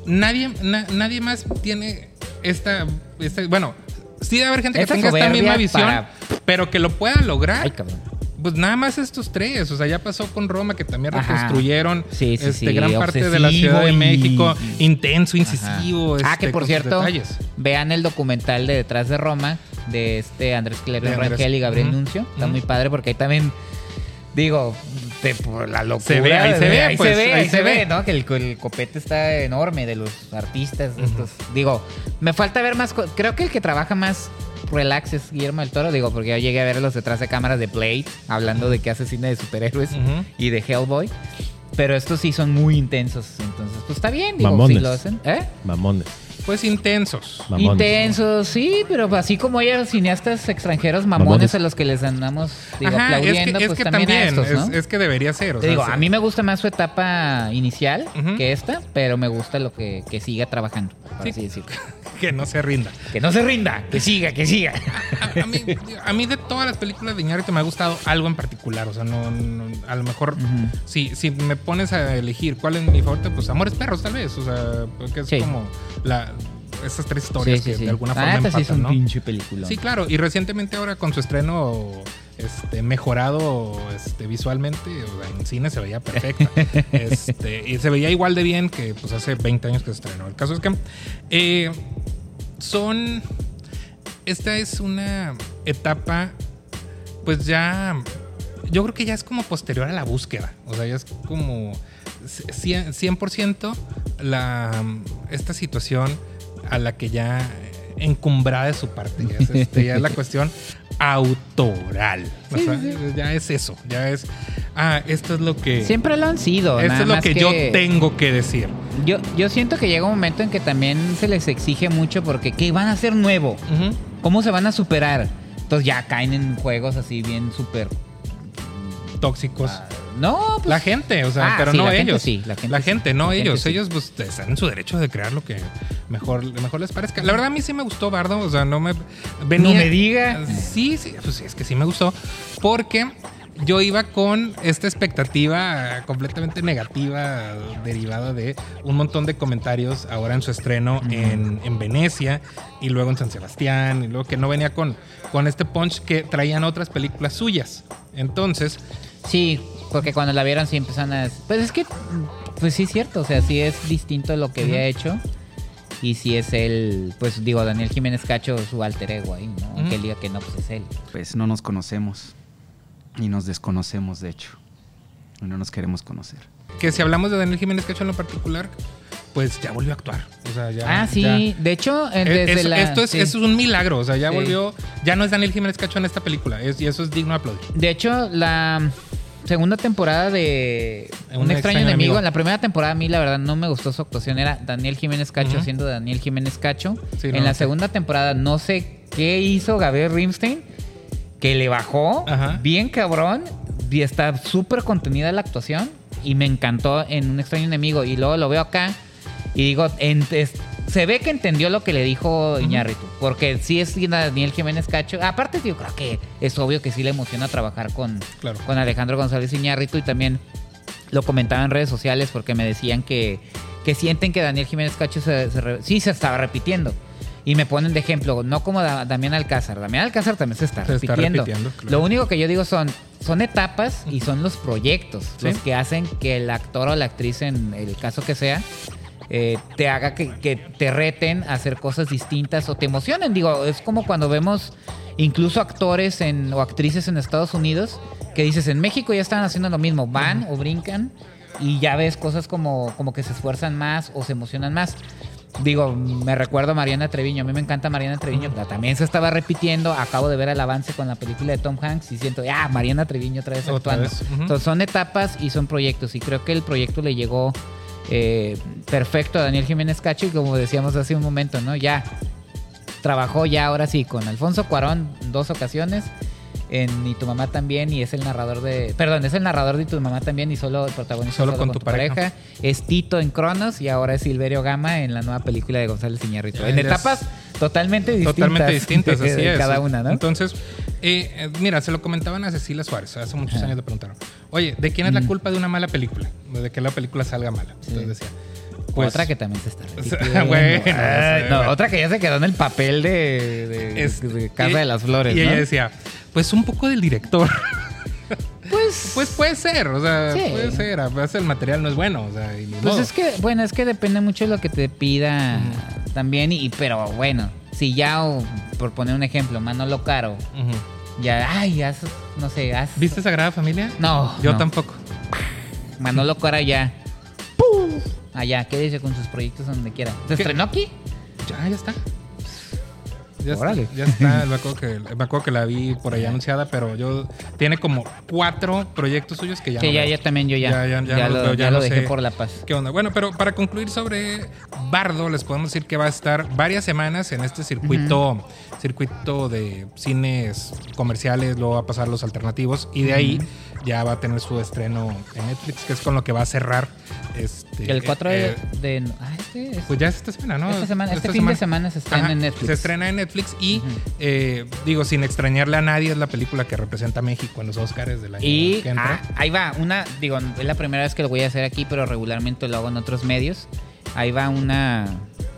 Speaker 1: nadie, na- nadie más tiene esta, esta- Bueno, sí debe haber gente que
Speaker 2: Esta
Speaker 1: tenga esta
Speaker 2: soberbia
Speaker 1: misma visión,
Speaker 2: para-
Speaker 1: pero que lo pueda lograr.
Speaker 2: Ay, cabrón.
Speaker 1: Pues nada más estos tres. O sea, ya pasó con Roma, que también
Speaker 2: Ajá.
Speaker 1: reconstruyeron
Speaker 2: Sí, sí,
Speaker 1: este,
Speaker 2: sí,
Speaker 1: gran parte de la
Speaker 2: obsesivo
Speaker 1: Ciudad de
Speaker 2: y-
Speaker 1: México. Intenso, incisivo.
Speaker 2: Ah,
Speaker 1: este,
Speaker 2: que por
Speaker 1: con sus
Speaker 2: cierto,
Speaker 1: detalles.
Speaker 2: vean el documental de Detrás de Roma de este Andrés
Speaker 1: De
Speaker 2: Clerio
Speaker 1: Andrés.
Speaker 2: Rangel y Gabriel
Speaker 1: Ujú.
Speaker 2: Nuncio. Está
Speaker 1: Ujú.
Speaker 2: muy padre porque ahí también, digo, de, por la locura.
Speaker 1: Se ve, ahí se
Speaker 2: de-
Speaker 1: ve,
Speaker 2: ahí
Speaker 1: pues,
Speaker 2: se ve,
Speaker 1: ahí
Speaker 2: ahí se
Speaker 1: se
Speaker 2: ve,
Speaker 1: ve.
Speaker 2: ¿no? Que el, el copete está enorme de los artistas. de estos. Digo, me falta ver más. co- Creo que el que trabaja más relax es Guillermo del Toro, digo, porque yo llegué a ver los detrás de cámaras de Blade, hablando de que hace cine de superhéroes
Speaker 1: Ujú.
Speaker 2: y de Hellboy. Pero estos sí son muy intensos, entonces pues está bien, digo,
Speaker 3: Mamones.
Speaker 2: si lo hacen. ¿Eh?
Speaker 3: Mamones.
Speaker 1: Pues intensos.
Speaker 3: Mamones.
Speaker 2: Intensos, sí, pero así como hay cineastas extranjeros mamones,
Speaker 3: Mamones.
Speaker 2: a los que les andamos digo,
Speaker 1: Ajá, es que-
Speaker 2: aplaudiendo,
Speaker 1: es
Speaker 2: pues
Speaker 1: que
Speaker 2: también, a
Speaker 1: también,
Speaker 2: estos, ¿no?
Speaker 1: es- es que debería ser, o
Speaker 2: Te
Speaker 1: sea,
Speaker 2: digo,
Speaker 1: sí.
Speaker 2: a mí me gusta más su etapa inicial que esta, pero me gusta lo que, que siga trabajando, por
Speaker 1: Sí.
Speaker 2: así decirlo.
Speaker 1: Que no se rinda.
Speaker 2: Que no se rinda, que siga, que siga.
Speaker 1: a mí, a mí de todas las películas de Iñárritu me ha gustado algo en particular. O sea, no, no- a lo mejor si, si me pones a elegir cuál es mi favorita, pues Amores Perros tal vez. O sea, porque es
Speaker 2: Sí.
Speaker 1: como la, esas tres historias
Speaker 2: Sí, sí,
Speaker 1: que
Speaker 2: sí.
Speaker 1: de alguna
Speaker 2: Ah,
Speaker 1: forma
Speaker 2: esta sí
Speaker 1: empatan,
Speaker 2: es un
Speaker 1: ¿no?
Speaker 2: pinche peliculón.
Speaker 1: Sí, claro. Y recientemente ahora con su estreno este, mejorado este, visualmente, o sea, en cine se veía perfecta. Este, y se veía igual de bien que pues hace 20 años que se estrenó. El caso es que eh, son... Esta es una etapa, pues ya... Yo creo que ya es como posterior a la búsqueda. O sea, ya es como cien- 100% la, esta situación a la que ya encumbrada de su parte. Ya es, este, ya es la cuestión autoral. O
Speaker 2: Sí,
Speaker 1: sea,
Speaker 2: sí,
Speaker 1: Ya es eso. Ya es... Ah, esto es lo que...
Speaker 2: Siempre lo han sido.
Speaker 1: Esto
Speaker 2: nada
Speaker 1: es lo
Speaker 2: más
Speaker 1: que, yo tengo que decir.
Speaker 2: Yo, yo siento que llega un momento en que también se les exige mucho porque ¿qué van a hacer nuevo? ¿Cómo se van a superar? Entonces ya caen en juegos así bien súper...
Speaker 1: Tóxicos.
Speaker 2: No, pues...
Speaker 1: la gente, o sea,
Speaker 2: Ah,
Speaker 1: pero
Speaker 2: sí,
Speaker 1: no
Speaker 2: la gente
Speaker 1: ellos.
Speaker 2: sí, la gente sí.
Speaker 1: no
Speaker 2: La gente
Speaker 1: ellos.
Speaker 2: sí.
Speaker 1: Ellos pues, están en su derecho de crear lo que mejor, mejor les parezca. La verdad, a mí sí me gustó Bardo. O sea, no me. venía-
Speaker 2: me diga.
Speaker 1: Sí, sí, pues sí, es que sí me gustó. Porque yo iba con esta expectativa completamente negativa derivada de un montón de comentarios ahora en su estreno en, en Venecia y luego en San Sebastián y luego que no venía con, con este punch que traían otras películas suyas. Entonces,
Speaker 2: Sí, porque cuando la vieron sí empezaron a... Pues es que, pues sí es cierto, o sea, sí es distinto lo que había hecho. Y sí es él, pues digo, Daniel Jiménez Cacho, su alter ego ahí, ¿no? Aunque él diga que no, pues es él.
Speaker 11: Pues no nos conocemos. Y nos desconocemos, de hecho. Y no nos queremos conocer.
Speaker 1: que si hablamos de Daniel Jiménez Cacho en lo particular, pues ya volvió a actuar. O sea, ya.
Speaker 2: ah, sí,
Speaker 1: ya.
Speaker 2: de hecho, en-
Speaker 1: Eh,
Speaker 2: desde
Speaker 1: eso-
Speaker 2: la-
Speaker 1: esto, es,
Speaker 2: sí.
Speaker 1: esto es un milagro. O sea, ya
Speaker 2: Sí.
Speaker 1: volvió. Ya no es Daniel Jiménez Cacho en esta película. es- y eso es digno de aplaudir.
Speaker 2: De hecho, la segunda temporada de Un, extraño, enemigo, la primera temporada a mí la verdad no me gustó su actuación, era Daniel Jiménez Cacho
Speaker 1: Ujú.
Speaker 2: siendo Daniel Jiménez Cacho.
Speaker 1: Sí,
Speaker 2: en
Speaker 1: no,
Speaker 2: la
Speaker 1: sí.
Speaker 2: segunda temporada no sé qué hizo Gabriel Rimstein, que le bajó bien cabrón y está súper contenida la actuación y me encantó en Un extraño enemigo y luego lo veo acá y digo, en- es- se ve que entendió lo que le dijo Iñárritu, porque sí es Daniel Jiménez Cacho. Aparte, yo creo que es obvio que sí le emociona trabajar con, con Alejandro González Iñárritu y también lo comentaba en redes sociales porque me decían que, que sienten que Daniel Jiménez Cacho se, se re- sí se estaba repitiendo. Y me ponen de ejemplo, no como Da- Damián Alcázar. Damián Alcázar también se está
Speaker 1: Se está
Speaker 2: repitiendo.
Speaker 1: repitiendo, claro.
Speaker 2: Lo único que yo digo son, son etapas y son los proyectos
Speaker 1: Sí.
Speaker 2: los que hacen que el actor o la actriz, en el caso que sea, eh, te haga que, que te reten a hacer cosas distintas o te emocionen. Digo, es como cuando vemos incluso actores en, o actrices en Estados Unidos que dices, en México ya están haciendo lo mismo, van o brincan y ya ves cosas como, como que se esfuerzan más o se emocionan más. Digo, me recuerdo a Mariana Treviño. A mí me encanta Mariana Treviño. pero también se estaba repitiendo. Acabo de ver el avance con la película de Tom Hanks y siento, ah, Mariana Treviño otra vez
Speaker 1: Otra
Speaker 2: actuando.
Speaker 1: vez, ujú.
Speaker 2: Entonces son etapas y son proyectos. Y creo que el proyecto le llegó eh, perfecto a Daniel Jiménez Cacho. Y como decíamos hace un momento, ¿no? Ya trabajó ya ahora sí con Alfonso Cuarón en dos ocasiones. En Y tu mamá también, y es el narrador de. Perdón, es el narrador de Y tu mamá también, y solo el protagonista.
Speaker 1: Solo con tu pareja.
Speaker 2: Es Tito en Cronos, y ahora es Silverio Gama en la nueva película de González Iñárritu.
Speaker 1: Ya,
Speaker 2: En
Speaker 1: ya es-
Speaker 2: etapas totalmente distintas.
Speaker 1: Totalmente distintas,
Speaker 2: de-
Speaker 1: así
Speaker 2: de
Speaker 1: es.
Speaker 2: Cada una, ¿no?
Speaker 1: Entonces, eh, eh, mira, se lo comentaban a Cecilia Suárez, hace muchos
Speaker 2: Ajá.
Speaker 1: años le preguntaron, oye, ¿de quién es la culpa de una mala película? De que la película salga mala. Entonces decía, pues-
Speaker 2: otra que también se está
Speaker 1: O sea,
Speaker 2: repitiendo.
Speaker 1: bueno,
Speaker 2: Ah,
Speaker 1: sí,
Speaker 2: no,
Speaker 1: bueno.
Speaker 2: otra que ya se quedó en el papel de, de-
Speaker 1: Es-
Speaker 2: de Casa
Speaker 1: y-
Speaker 2: de las Flores.
Speaker 1: Y
Speaker 2: ¿no?
Speaker 1: ella decía, pues un poco del director.
Speaker 2: Pues,
Speaker 1: pues puede ser, o sea,
Speaker 2: Sí.
Speaker 1: puede ser. A veces el material no es bueno, o sea, y ni
Speaker 2: Pues
Speaker 1: modo.
Speaker 2: es que, bueno, es que depende mucho de lo que te pida también, y pero bueno, si ya, o, por poner un ejemplo, Manolo Caro, ya, ay, haz, no sé, haz...
Speaker 1: ¿Viste Sagrada Familia?
Speaker 2: No.
Speaker 1: Yo
Speaker 2: no.
Speaker 1: tampoco.
Speaker 2: Manolo Caro allá. Allá, quédese con sus proyectos donde quiera. ¿Se
Speaker 1: ¿Qué?
Speaker 2: estrenó aquí?
Speaker 1: Ya, ya está. Ya
Speaker 2: Órale.
Speaker 1: Está, ya está, me acuerdo, que, me acuerdo que la vi por allá anunciada, pero yo tiene como cuatro proyectos suyos que ya
Speaker 2: que
Speaker 1: no
Speaker 2: ya,
Speaker 1: veo.
Speaker 2: ya también yo ya.
Speaker 1: Ya, ya, ya no
Speaker 2: lo,
Speaker 1: los veo,
Speaker 2: ya
Speaker 1: ya
Speaker 2: lo
Speaker 1: no
Speaker 2: dejé
Speaker 1: sé.
Speaker 2: por La Paz.
Speaker 1: ¿Qué onda? Bueno, pero para concluir sobre Bardo, les podemos decir que va a estar varias semanas en este circuito, circuito de cines comerciales, luego va a pasar los alternativos y de ahí ya va a tener su estreno en Netflix, que es con lo que va a cerrar este
Speaker 2: El 4 de...
Speaker 1: eh,
Speaker 2: de- ah, este es-
Speaker 1: pues ya es esta semana, ¿no?
Speaker 2: Esta semana, este
Speaker 1: Esta
Speaker 2: fin de semana se estrena
Speaker 1: Ajá,
Speaker 2: en Netflix.
Speaker 1: Se estrena en Netflix y, eh, digo, sin extrañarle a nadie, es la película que representa a México en los Oscars del año
Speaker 2: Y
Speaker 1: que entra.
Speaker 2: ah, ahí va, una, digo, es la primera vez que lo voy a hacer aquí, pero regularmente lo hago en otros medios. Ahí va una,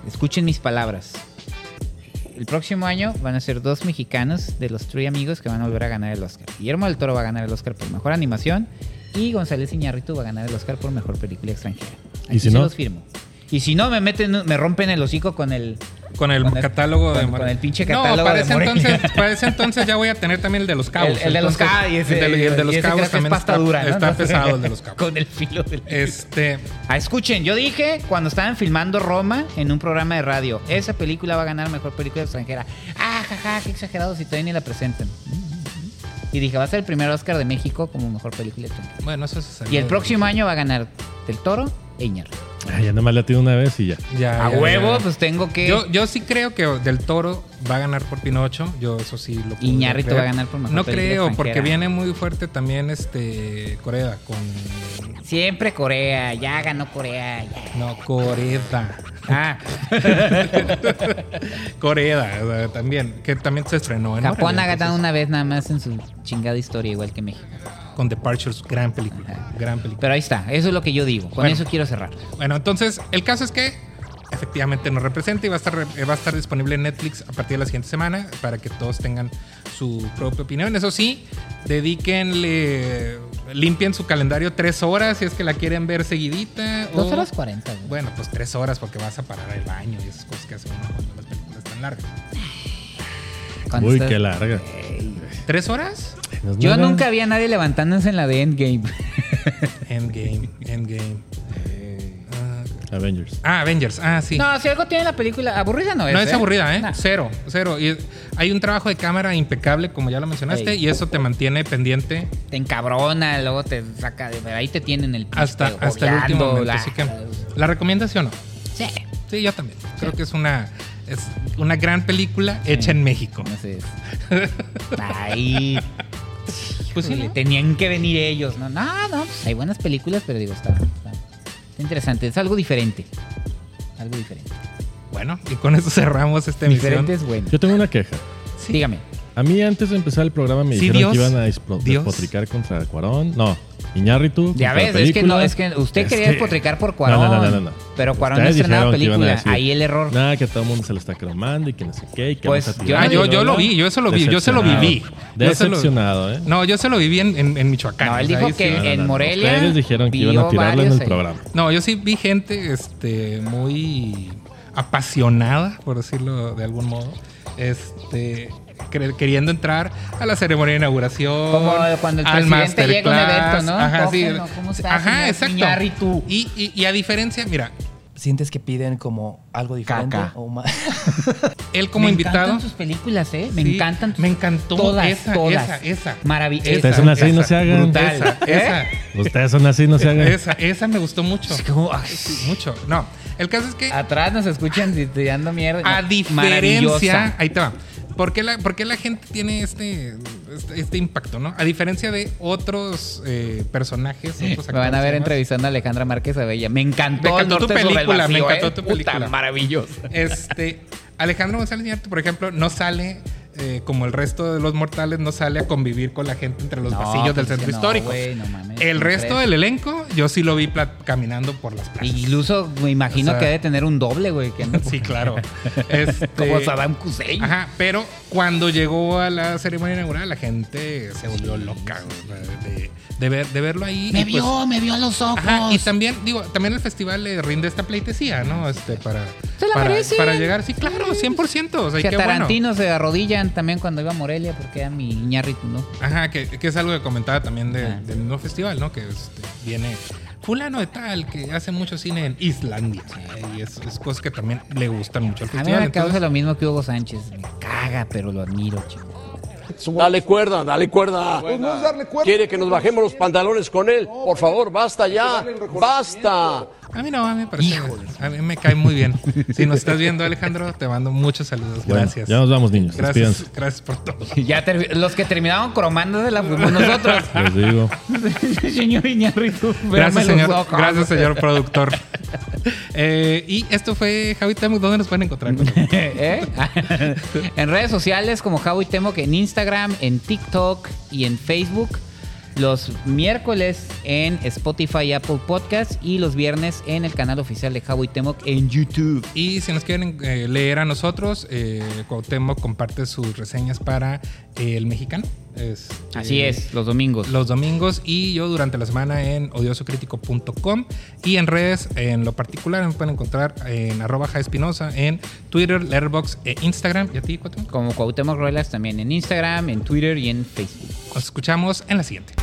Speaker 2: escuchen mis palabras. El próximo año van a ser dos mexicanos de los tres amigos que van a volver a ganar el Oscar. Guillermo del Toro va a ganar el Oscar por mejor animación y González Iñárritu va a ganar el Oscar por mejor película extranjera.
Speaker 3: ¿Y
Speaker 2: Aquí
Speaker 3: si
Speaker 2: se
Speaker 3: no?
Speaker 2: los firmo. Y si no me meten, me rompen el hocico con el
Speaker 1: Con el
Speaker 2: el-
Speaker 1: catálogo de
Speaker 2: con-
Speaker 1: Mar-
Speaker 2: con el pinche
Speaker 1: No,
Speaker 2: catálogo
Speaker 1: para
Speaker 2: de
Speaker 1: ese
Speaker 2: Morelia.
Speaker 1: entonces, para ese entonces ya voy a tener también el de los cabos.
Speaker 2: El, el de los
Speaker 1: Entonces,
Speaker 2: cabos. Ah, y ese-
Speaker 1: el de, y el de los
Speaker 2: y ese creo que
Speaker 1: cabos
Speaker 2: es
Speaker 1: también
Speaker 2: pasta
Speaker 1: está,
Speaker 2: dura, ¿no?
Speaker 1: está
Speaker 2: Entonces,
Speaker 1: pesado el de los cabos.
Speaker 2: Con el filo del
Speaker 1: Este,
Speaker 2: Ah, escuchen, yo dije cuando estaban filmando Roma en un programa de radio, esa película va a ganar mejor película extranjera. Ah, jaja, qué exagerado si todavía ni la presentan. Y dije, va a ser el primer Oscar de México como mejor película extranjera.
Speaker 1: bueno, eso se sabía.
Speaker 2: Y el próximo año va a ganar Del Toro e Iñárritu.
Speaker 3: Ah, ya nada más la tiene una vez y ya.
Speaker 1: Ya,
Speaker 2: A
Speaker 1: ya,
Speaker 2: huevo,
Speaker 1: ya.
Speaker 2: pues tengo que.
Speaker 1: Yo, yo sí creo que Del Toro va a ganar por Pinocho. Yo eso sí lo podría
Speaker 2: Iñárritu
Speaker 1: creer.
Speaker 2: va a ganar por mejor
Speaker 1: No
Speaker 2: película
Speaker 1: creo, porque
Speaker 2: extranjera.
Speaker 1: viene muy fuerte también este Corea con.
Speaker 2: Siempre Corea, ya ganó Corea. ya.
Speaker 1: No, Coreda.
Speaker 2: Ah,
Speaker 1: Coreda, o sea, también. Que también se estrenó en
Speaker 2: Japón
Speaker 1: Morelia,
Speaker 2: ha ganado
Speaker 1: entonces,
Speaker 2: una vez nada más en su chingada historia, igual que México.
Speaker 1: Con Departures, gran película. Gran película.
Speaker 2: Pero ahí está, eso es lo que yo digo. Con
Speaker 1: Bueno.
Speaker 2: eso quiero cerrar.
Speaker 1: Bueno, entonces el caso es que efectivamente nos representa y va a estar, eh, va a estar disponible en Netflix a partir de la siguiente semana para que todos tengan su propia opinión. Eso sí, dedíquenle, limpien su calendario tres horas si es que la quieren ver seguidita. o-
Speaker 2: Dos horas cuarenta. güey.
Speaker 1: Bueno, pues tres horas porque vas a parar el baño y esas cosas que hace uno cuando las películas están largas.
Speaker 2: Cuando
Speaker 3: Uy,
Speaker 2: estás-
Speaker 3: qué larga.
Speaker 1: ¿Tres horas?
Speaker 3: Pues No es
Speaker 2: Yo
Speaker 3: nada.
Speaker 2: nunca vi a nadie levantándose en la de Endgame.
Speaker 1: Endgame, Endgame. Ah,
Speaker 3: Avengers.
Speaker 1: ah, Avengers. Ah, sí.
Speaker 2: No, si algo tiene la película, aburrida no es.
Speaker 1: No es
Speaker 2: ¿eh?
Speaker 1: aburrida, ¿eh?
Speaker 2: Nah.
Speaker 1: Cero, cero. Y hay un trabajo de cámara impecable, como ya lo mencionaste,
Speaker 2: Ey.
Speaker 1: y eso te mantiene pendiente
Speaker 2: Te encabrona, luego te saca de. Ahí te tienen el pinche
Speaker 1: hasta,
Speaker 2: pedo,
Speaker 1: hasta el último
Speaker 2: goleando,
Speaker 1: momento.
Speaker 2: la-
Speaker 1: Así que, ¿la recomiendas sí o no?
Speaker 2: Sí.
Speaker 1: Sí, yo también. Creo que es una, es una gran película hecha en México.
Speaker 2: Entonces. Ahí. Pues sí, le tenían que venir ellos, ¿no? No, no, pues hay buenas películas, pero digo, está, está- está interesante. Es algo diferente. Algo diferente.
Speaker 1: Bueno, y con eso cerramos esta emisión.
Speaker 2: Diferente es bueno.
Speaker 3: Yo tengo una queja.
Speaker 1: Sí.
Speaker 2: Dígame.
Speaker 3: A mí antes de empezar el programa me
Speaker 1: Sí,
Speaker 3: dijeron que
Speaker 1: Dios.
Speaker 3: iban a espro-
Speaker 1: Dios.
Speaker 3: despotricar contra Cuarón. No, Iñárritu.
Speaker 2: Ya
Speaker 3: contra
Speaker 2: ves,
Speaker 3: la
Speaker 2: es que no,
Speaker 3: película.
Speaker 2: es que usted
Speaker 3: Es
Speaker 2: quería
Speaker 3: que-
Speaker 2: despotricar por Cuarón.
Speaker 3: No, no, no, no, no.
Speaker 2: Pero Cuarón no ha
Speaker 3: Ustedes
Speaker 2: estrenado
Speaker 3: dijeron que iban a
Speaker 2: película.
Speaker 3: decir,
Speaker 2: Ahí el error.
Speaker 3: Nada, que todo el mundo se lo está cromando y que no sé qué. y que
Speaker 2: Pues,
Speaker 3: vamos a
Speaker 2: yo-
Speaker 3: tirar
Speaker 1: Ah,
Speaker 3: y
Speaker 1: yo, yo lo
Speaker 3: bla, bla,
Speaker 1: vi, yo eso lo vi,
Speaker 3: bla.
Speaker 1: yo se lo viví. Yo se lo-
Speaker 3: Decepcionado, ¿eh?
Speaker 1: No, yo se lo viví en, en, en Michoacán.
Speaker 2: No, él
Speaker 1: O sea,
Speaker 2: dijo
Speaker 1: ahí
Speaker 2: que
Speaker 1: sí.
Speaker 2: en Morelia.
Speaker 3: Ustedes dijeron que iban a
Speaker 2: vio
Speaker 3: tirarla en
Speaker 2: varios
Speaker 3: el
Speaker 2: ahí.
Speaker 3: programa.
Speaker 1: No, yo sí vi gente este, muy apasionada, por decirlo de algún modo, este, cre- queriendo entrar a la ceremonia de inauguración.
Speaker 2: Como cuando el
Speaker 1: al
Speaker 2: presidente llega a un
Speaker 1: masterclass,
Speaker 2: evento, ¿no?
Speaker 1: Ajá,
Speaker 2: Coge,
Speaker 1: sí.
Speaker 2: ¿no? ¿Cómo estás,
Speaker 1: Ajá,
Speaker 2: señor
Speaker 1: exacto.
Speaker 2: Iñárritu?
Speaker 1: Y, y- y a diferencia, mira,
Speaker 13: sientes que piden como algo diferente
Speaker 1: Caca.
Speaker 13: o más.
Speaker 1: Él como
Speaker 2: me
Speaker 1: invitado.
Speaker 2: encantan sus películas, ¿eh? Me
Speaker 1: Sí,
Speaker 2: encantan.
Speaker 1: Me encantó
Speaker 2: todas,
Speaker 1: esa,
Speaker 2: todas.
Speaker 1: esa, esa.
Speaker 2: Maravillosa.
Speaker 1: Esa,
Speaker 3: Ustedes son así, no
Speaker 1: esa,
Speaker 3: se hagan.
Speaker 1: brutal. Esa, esa.
Speaker 2: ¿Eh?
Speaker 3: Ustedes son así, no se hagan.
Speaker 1: Esa, esa me gustó mucho. mucho. No, el caso es que.
Speaker 2: Atrás nos escuchan tirando mierda.
Speaker 1: A diferencia,
Speaker 2: Maravillosa.
Speaker 1: ahí te va. ¿Por qué la, por qué la gente tiene este, este, este impacto, no? A diferencia de otros eh, personajes, otros
Speaker 2: Me van a
Speaker 1: actores y
Speaker 2: ver
Speaker 1: demás.
Speaker 2: entrevistando a Alejandra Márquez Abella. Me
Speaker 1: Me
Speaker 2: encantó,
Speaker 1: encantó
Speaker 2: el
Speaker 1: tu
Speaker 2: norte sobre el
Speaker 1: película, me
Speaker 2: vacío,
Speaker 1: encantó
Speaker 2: ¿eh?
Speaker 1: tu
Speaker 2: Puta,
Speaker 1: película.
Speaker 2: maravilloso.
Speaker 1: Este, Alejandro González Iñárritu, por ejemplo, no sale eh, como el resto de los mortales, no sale a convivir con la gente entre los
Speaker 2: No,
Speaker 1: pasillos del
Speaker 2: pues es
Speaker 1: centro
Speaker 2: que no,
Speaker 1: histórico.
Speaker 2: güey, no mames,
Speaker 1: el
Speaker 2: no
Speaker 1: resto
Speaker 2: creo.
Speaker 1: del elenco, yo sí lo vi pla- caminando por las plazas.
Speaker 2: E Incluso me imagino
Speaker 1: O sea,
Speaker 2: que debe tener un doble, güey. que anda por-
Speaker 1: Sí, claro. Este-
Speaker 2: Como Saddam Hussein.
Speaker 1: Ajá, pero cuando llegó a la ceremonia inaugural, la gente se volvió loca güey, de, de ver- de verlo ahí.
Speaker 2: Me
Speaker 1: y pues-
Speaker 2: vio, me vio a los ojos.
Speaker 1: Ajá, y también, digo, también el festival le rinde esta pleitesía, ¿no? Este, para,
Speaker 2: Se la
Speaker 1: para,
Speaker 2: merecen.
Speaker 1: para llegar, sí, claro, 100%. O sea,
Speaker 2: que
Speaker 1: qué
Speaker 2: a
Speaker 1: bueno.
Speaker 2: Tarantino se arrodillan también cuando iba a Morelia porque era mi Iñárritu, ¿no?
Speaker 1: Ajá, que, que es algo que comentaba también de-
Speaker 2: Ah.
Speaker 1: del mismo festival, ¿no? Que este, viene fulano de tal, que hace mucho cine en Islandia. Y es, es cosas que también le gustan mucho al
Speaker 2: A mí me
Speaker 1: festival.
Speaker 2: causa lo mismo que Hugo Sánchez. Me caga, pero lo admiro, chico.
Speaker 14: Dale cuerda, dale cuerda. Quiere que nos bajemos los pantalones con él. Por favor, basta ya. Basta.
Speaker 1: A mí no, a mí me parece. A mí me cae muy bien. Si nos estás viendo, Alejandro, te mando muchos saludos.
Speaker 3: Bueno,
Speaker 1: Gracias.
Speaker 3: ya nos vamos, niños.
Speaker 1: Gracias,
Speaker 3: Despídanse.
Speaker 1: gracias por todo.
Speaker 2: Ya termi- los que terminaron cromándosela fuimos nosotros.
Speaker 3: Les digo.
Speaker 2: señor Iñárritu, véame
Speaker 1: Gracias,
Speaker 2: los
Speaker 1: señor.
Speaker 2: ojos.
Speaker 1: Gracias, señor productor. Eh, y esto fue Javi Temu. ¿Dónde nos pueden encontrar?
Speaker 2: ¿Eh? en redes sociales como Javo y Temo, que en Instagram, en TikTok y en Facebook. Los miércoles en Spotify y Apple Podcast y los viernes en el canal oficial de Javo y Temo en YouTube.
Speaker 1: Y si nos quieren eh, leer a nosotros, eh, Cuauhtémoc comparte sus reseñas para eh, El Mexicano. Es,
Speaker 2: Así
Speaker 1: eh,
Speaker 2: es, los domingos.
Speaker 1: Los domingos y yo durante la semana en odiosocritico.com y en redes, en lo particular, me pueden encontrar en arroba jaespinosa en Twitter, Letterboxd e Instagram. ¿Y a ti, Cuauhtémoc?
Speaker 2: Como Cuauhtémoc Ruelas también en Instagram, en Twitter y en Facebook.
Speaker 1: Nos escuchamos en la siguiente.